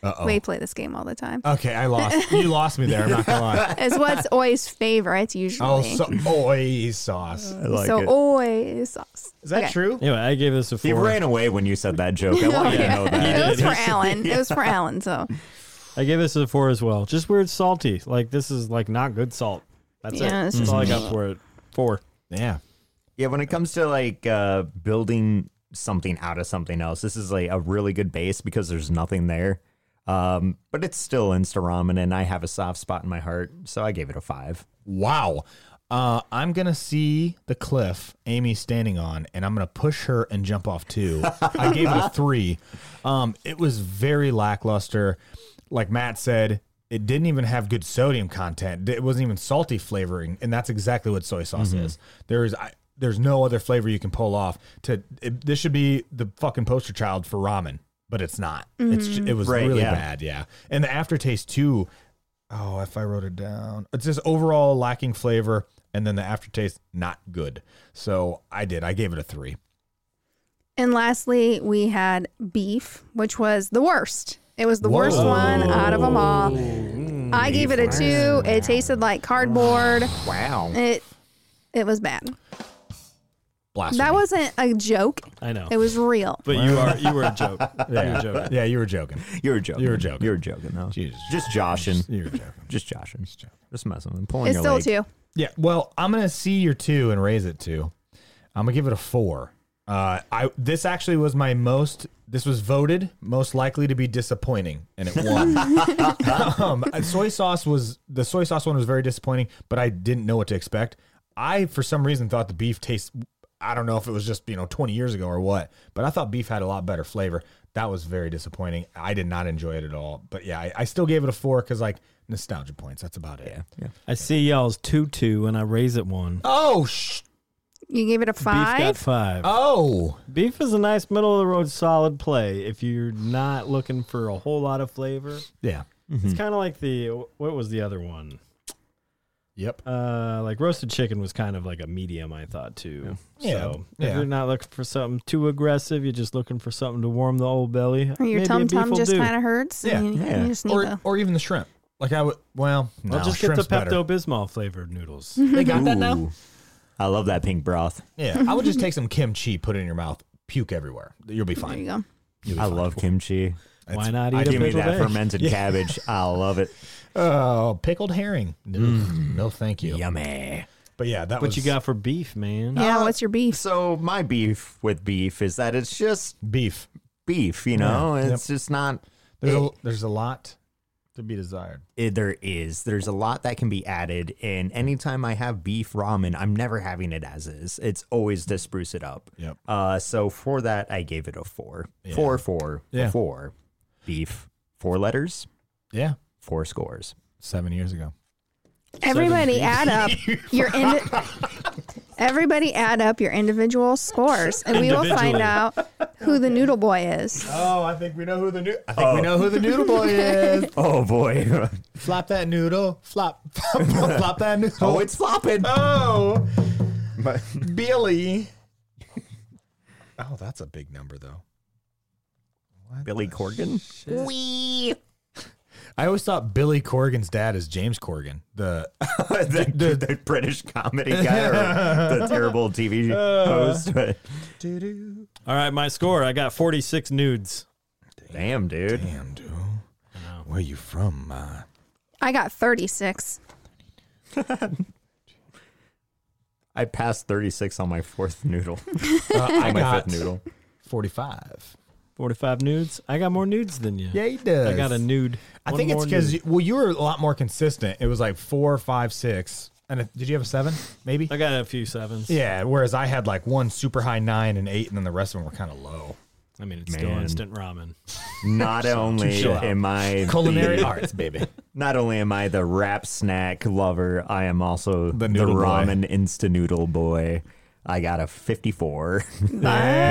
Uh oh. We play this game all the time. Uh, Okay, I lost. You lost me there. I'm not gonna lie. It's what's Oi's favorite usually. Oh, so, oi sauce. I like so oh. it. Oi sauce. Is that Okay. true? Anyway, I gave this a He four. ran away when you said that joke. I want you to know that. It was for Alan. It was for Alan. So I gave this a four as well. Just weird salty. Like this is like not good salt. That's Yeah, it. it's That's just- all I got for it. Four. Yeah. Yeah, when it comes to like uh, building something out of something else, this is like a really good base because there's nothing there. Um, but it's still Insta ramen, and I have a soft spot in my heart, so I gave it a five. Wow. Uh, I'm gonna see the cliff Amy's standing on, and I'm gonna push her and jump off too. I gave it a three. Um, it was very lackluster. Like Matt said, it didn't even have good sodium content. It wasn't even salty flavoring, and that's exactly what soy sauce Mm-hmm. is. There is I, there's no other flavor you can pull off. To it, this should be the fucking poster child for ramen, but it's not. It's ju- it was Mm-hmm. Right, really yeah. bad. Yeah, and the aftertaste too. Oh, if I wrote it down, it's just overall lacking flavor, and then the aftertaste not good. So I did. I gave it a three. And lastly, we had beef, which was the worst. It was the worst Whoa. one out of them all. Mm, I gave it a two. It tasted like cardboard. Wow. It it was bad. Blasphemy. That wasn't a joke. I know. It was real. But you are you were a joke. You were yeah. a joke. yeah, you were joking. You were joking. You were joking. You were joking, though. Jesus. Just joshing. You were joking. Just joshing. Just messing with him. Pulling It's your still a leg. two. Yeah. Well, I'm gonna see your two and raise it two. I'm gonna give it a four. Uh, I this actually was my most. This was voted most likely to be disappointing, and it won. um, soy sauce was the soy sauce one was very disappointing, but I didn't know what to expect. I for some reason thought the beef tastes. I don't know if it was just you know 20 years ago or what, but I thought beef had a lot better flavor. That was very disappointing. I did not enjoy it at all. But yeah, I, I still gave it a four because like nostalgia points. That's about it. Yeah. yeah. I see y'all's two two, and I raise it one. Oh, sh- You gave it a Beef got five. five. oh, Beef is a nice middle of the road solid play if you're not looking for a whole lot of flavor. yeah, It's kind of like the what was the other one? yep. Uh, like roasted chicken was kind of like a medium, I thought too. Yeah. So Yeah. if you're not looking for something too aggressive, you're just looking for something to warm the old belly. Or your maybe a tum beef tum will just do. kind of hurts. Yeah, and you, yeah. you just need Or to- or even the shrimp. Like I would. Well, no, I'll just get the shrimp's better. Mm. Pepto Bismol flavored noodles. They got that now. Ooh. I love that pink broth. Yeah, I would just take some kimchi, put it in your mouth, puke everywhere. You'll be there you fine. go. You'll be I fine. love kimchi. Why not I eat a Give me pickle that day? fermented cabbage. I love it. Oh, pickled herring. No, no thank you. Yummy. But yeah, that What was you got for beef, man? Yeah, what's your beef? So my beef with beef is that it's just beef. beef. You know, Yeah. it's just not. There's a it- there's a lot to be desired. it- there is. There's a lot that can be added, and anytime I have beef ramen, I'm never having it as is. It's always to spruce it up. Yep. Uh, so for that, I gave it a four. Yeah. Four, four, Yeah. four. Beef, four letters, Yeah, four scores. seven years ago. Everybody add up your indi- Everybody add up your individual scores, and we will find Individually. out who the noodle boy is. Oh, I think we know who the new. I think we know who the noodle boy is. Oh boy! flop that noodle. Flop, flop, flop, flop that noodle. oh, it's flopping. oh, But- Billy. Oh, that's a big number though. Billy Corgan. I always thought Billy Corgan's dad is James Corgan. The the, the British comedy guy or the terrible Uh. TV host. All right, my score. I got 46 nudes. Damn, dude. damn dude. Oh. Where you from? Uh, I got thirty-six. I passed 36 on my fourth noodle. I my got fifth noodle. forty-five. 45 nudes. I got more nudes than you. Yeah, he does. I got a nude. I One think it's more because nude. well, you were a lot more consistent. It was like four, five, six, and a, did you have a seven? Maybe. I got a few sevens. Yeah. Whereas I had like one super high nine and eight, and then the rest of them were kind of low. I mean, it's still Man. instant ramen. Not only chill out. am I Culinary the, arts, baby. not only am I the wrap snack lover, I am also the, noodle boy. ramen insta noodle boy. I got a 54.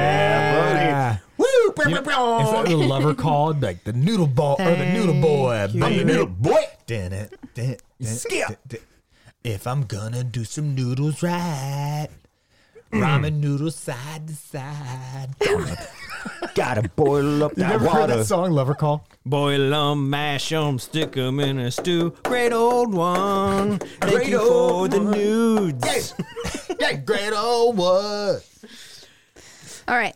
Yeah. Woo! You know, if a lover called like the noodle ball or the noodle boy, I'm the noodle boy. Dun it, dun it, dun it, Skip. dun it, dun it. If I'm gonna do some noodles right, ramen noodles side to side. Gotta boil up that water. song, Lover Call? Boil 'em, mash 'em, stick 'em in a stew. Great old one. Thank you for the nudes. Yeah, great old what? All right.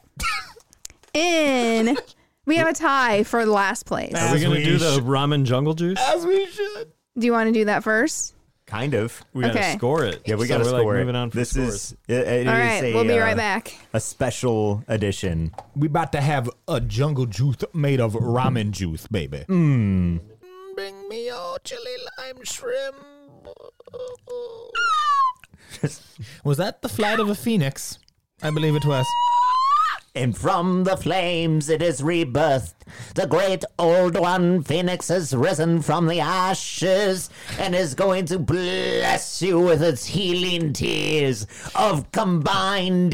In we have a tie for the last place. Are we going to do the ramen jungle juice? As we should. Do you want to do that first? Kind of. We got to Okay. score it. Yeah, we So gotta we're, like, score it. moving on from this scores. is it, it All is right, a, we'll be uh, right back. A special edition. We about to have a jungle juice made of ramen juice, baby. Mmm. Bring me your chili lime shrimp. was that the flight of a phoenix? I believe it was. And from the flames it is rebirthed. The great old one Phoenix has risen from the ashes and is going to bless you with its healing tears of combined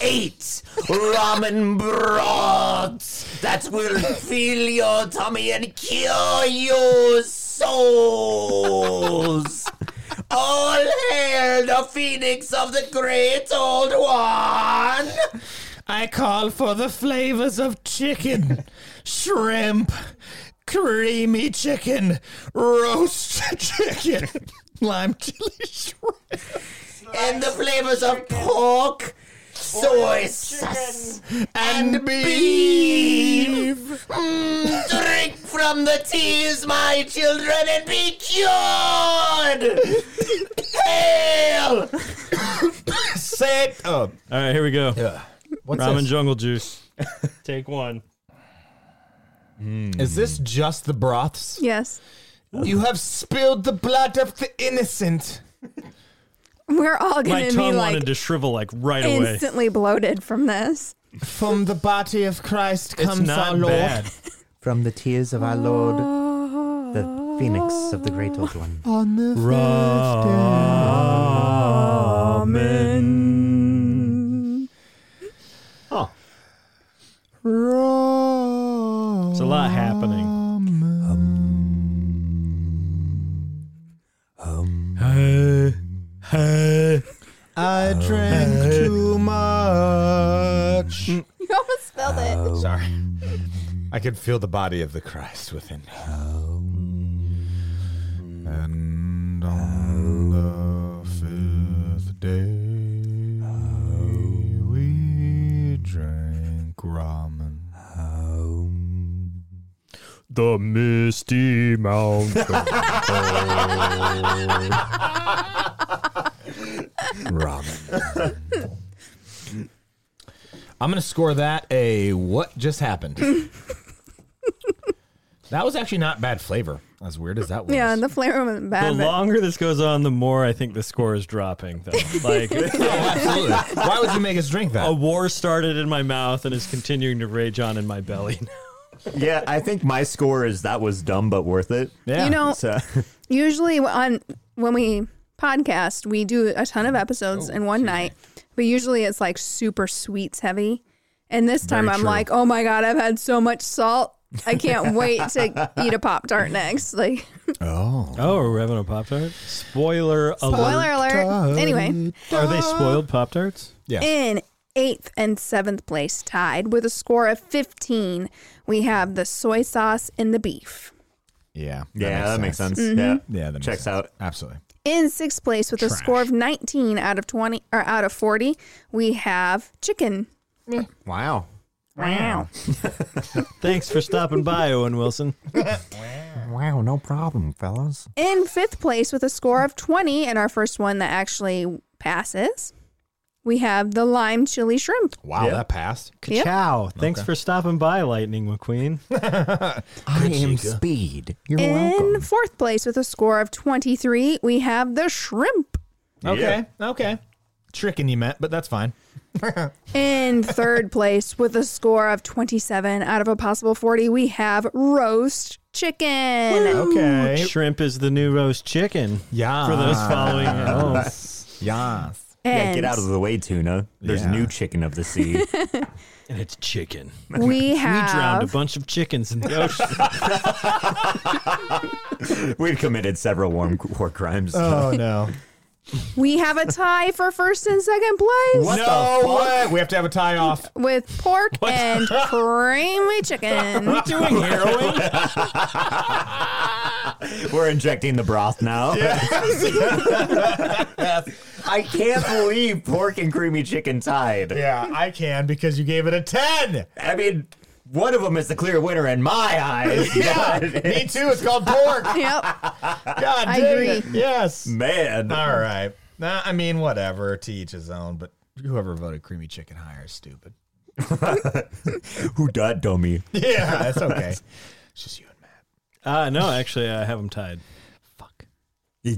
eight ramen broths that will fill your tummy and cure your souls. All hail the Phoenix of the Great Old One! I call for the flavors of chicken, shrimp, creamy chicken, roast chicken, lime chili shrimp, and the flavors of pork, soy sauce, and beef. Mm, drink from the tears, my children, and be cured. Hail! Set up. All right, here we go. What's ramen this? jungle juice. Take one. Is this just the broths? Yes. You have spilled the blood of the innocent. We're all My gonna be tongue like wanted to shrivel like right away. instantly bloated from this. From the body of Christ It's comes our not Lord. bad. From the tears of our Lord, the Phoenix of the Great Old One. On the Ramen. Oh, It's a lot happening. I drank too much. You almost spelled Oh. it. Sorry. Mm. I could feel the body of the Christ within me. And on the fifth day, we drank ramen. The Misty Mountain. Ramen. I'm going to score that a what just happened. that was actually not bad flavor, as weird as that was. Yeah, and the flavor wasn't The bad. but longer this goes on, the more I think the score is dropping. Though, like Oh, absolutely. Why would you make us drink that? a war started in my mouth and is continuing to rage on in my belly. yeah. I think my score is that was dumb but worth it. yeah. you know, So, usually on when we podcast, we do a ton of Oh, episodes in one night, but usually it's like super sweets heavy. And this time Very I'm true. like, oh my god, I've had so much salt. I can't wait to eat a pop tart next. Like Oh. Oh, are we having a pop tart? Spoiler, spoiler alert! alert. Anyway, Are they spoiled pop tarts? Yeah. in eighth and seventh place, tied with a score of 15, we have the soy sauce and the beef. Yeah. that yeah, that makes sense. Yeah. Yeah, that makes Checks sense. out. Absolutely. In sixth place with a score of 19 out of 20 or out of 40, we have chicken. Wow. Wow. Thanks for stopping by, Owen Wilson. Wow. No problem, fellas. In fifth place with a score of 20, and our first one that actually passes, we have the lime chili shrimp. Wow, Yeah. that passed. Yep. Ciao. Thanks for stopping by, Lightning McQueen. I am speed. You're In fourth place with a score of 23, we have the shrimp. Okay. Okay. Tricking you, Matt, but that's fine. In third place with a score of 27 out of a possible 40, we have roast chicken. Okay. Shrimp is the new roast chicken. Yeah. For those following at home. Yes. Yeah, And get out of the way, tuna. There's Yeah. new chicken of the sea. And it's chicken. we We drowned a have bunch of chickens in the ocean. We've committed several warm war crimes. Oh no. we have a tie for first and second place no way. We have to have a tie off. with pork and creamy chicken. doing heroin? We're injecting the broth now. I can't believe pork and creamy chicken tied. Yeah, I can because you gave it a ten. I mean, one of them is the clear winner in my eyes. Yeah, me too. It's called pork. God yep. dang I it. agree. Yes. Man. All right. Nah, I mean, whatever. To each his own. But whoever voted creamy chicken higher is stupid. Who died, dummy? Yeah, that's okay. it's just you and Matt. Uh, no, actually, I have them tied.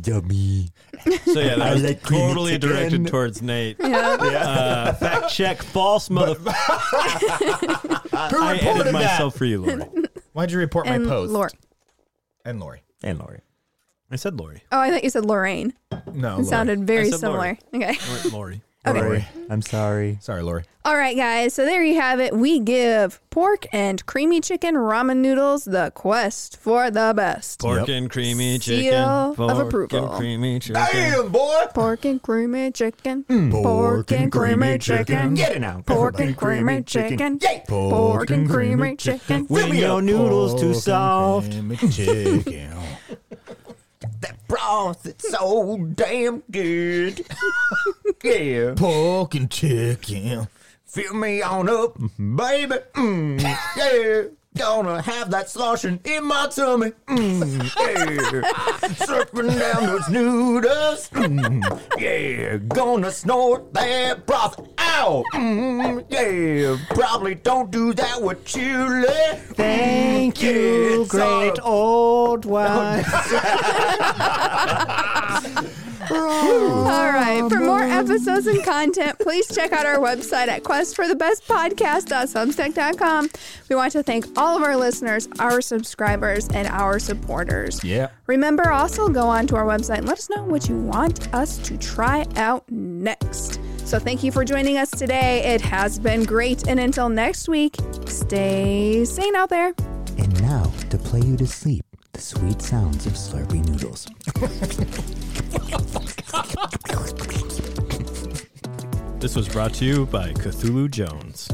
dummy. So yeah, I that was like creamy totally chicken. directed towards Nate. Yeah. Uh, fact check, false mother. Who I reported edited that? myself for you, Lori. Why'd you report And my post? Lor- And Lori. And Lori. I said Lori. oh, I thought you said Lorraine. No. It Lori. sounded very I said similar. Lori. Okay. I went Lori. Lori. I'm sorry. Sorry, Lori. All right, guys. So there you have it. We give pork and creamy chicken ramen noodles the quest for the best. Pork and creamy Seal chicken. of pork approval. and creamy chicken. boy. Pork and creamy chicken. Pork and creamy chicken. Get it now. Pork and creamy chicken. Pork and creamy chicken. Fill me up. noodles too Chicken. That broth, it's so damn good. yeah. Pork and chicken. Fill me on up, baby. Mm, yeah. Gonna have that sloshing in my tummy. Mm, yeah. Slurping down those noodles. Mm, yeah. Gonna snort that broth. Ow. Mm, yeah. Probably don't do that with chili. Mm, Thank old one. All right. For more episodes and content, please check out our website at questforthebestpodcast.substack.com. We want to thank all of our listeners, our subscribers, and our supporters. Yeah. Remember, also go on to our website and let us know what you want us to try out next. So thank you for joining us today. It has been great. And until next week, stay sane out there. And now, to play you to sleep, the sweet sounds of Slurpee Noodles. This was brought to you by Cthulhu Jones.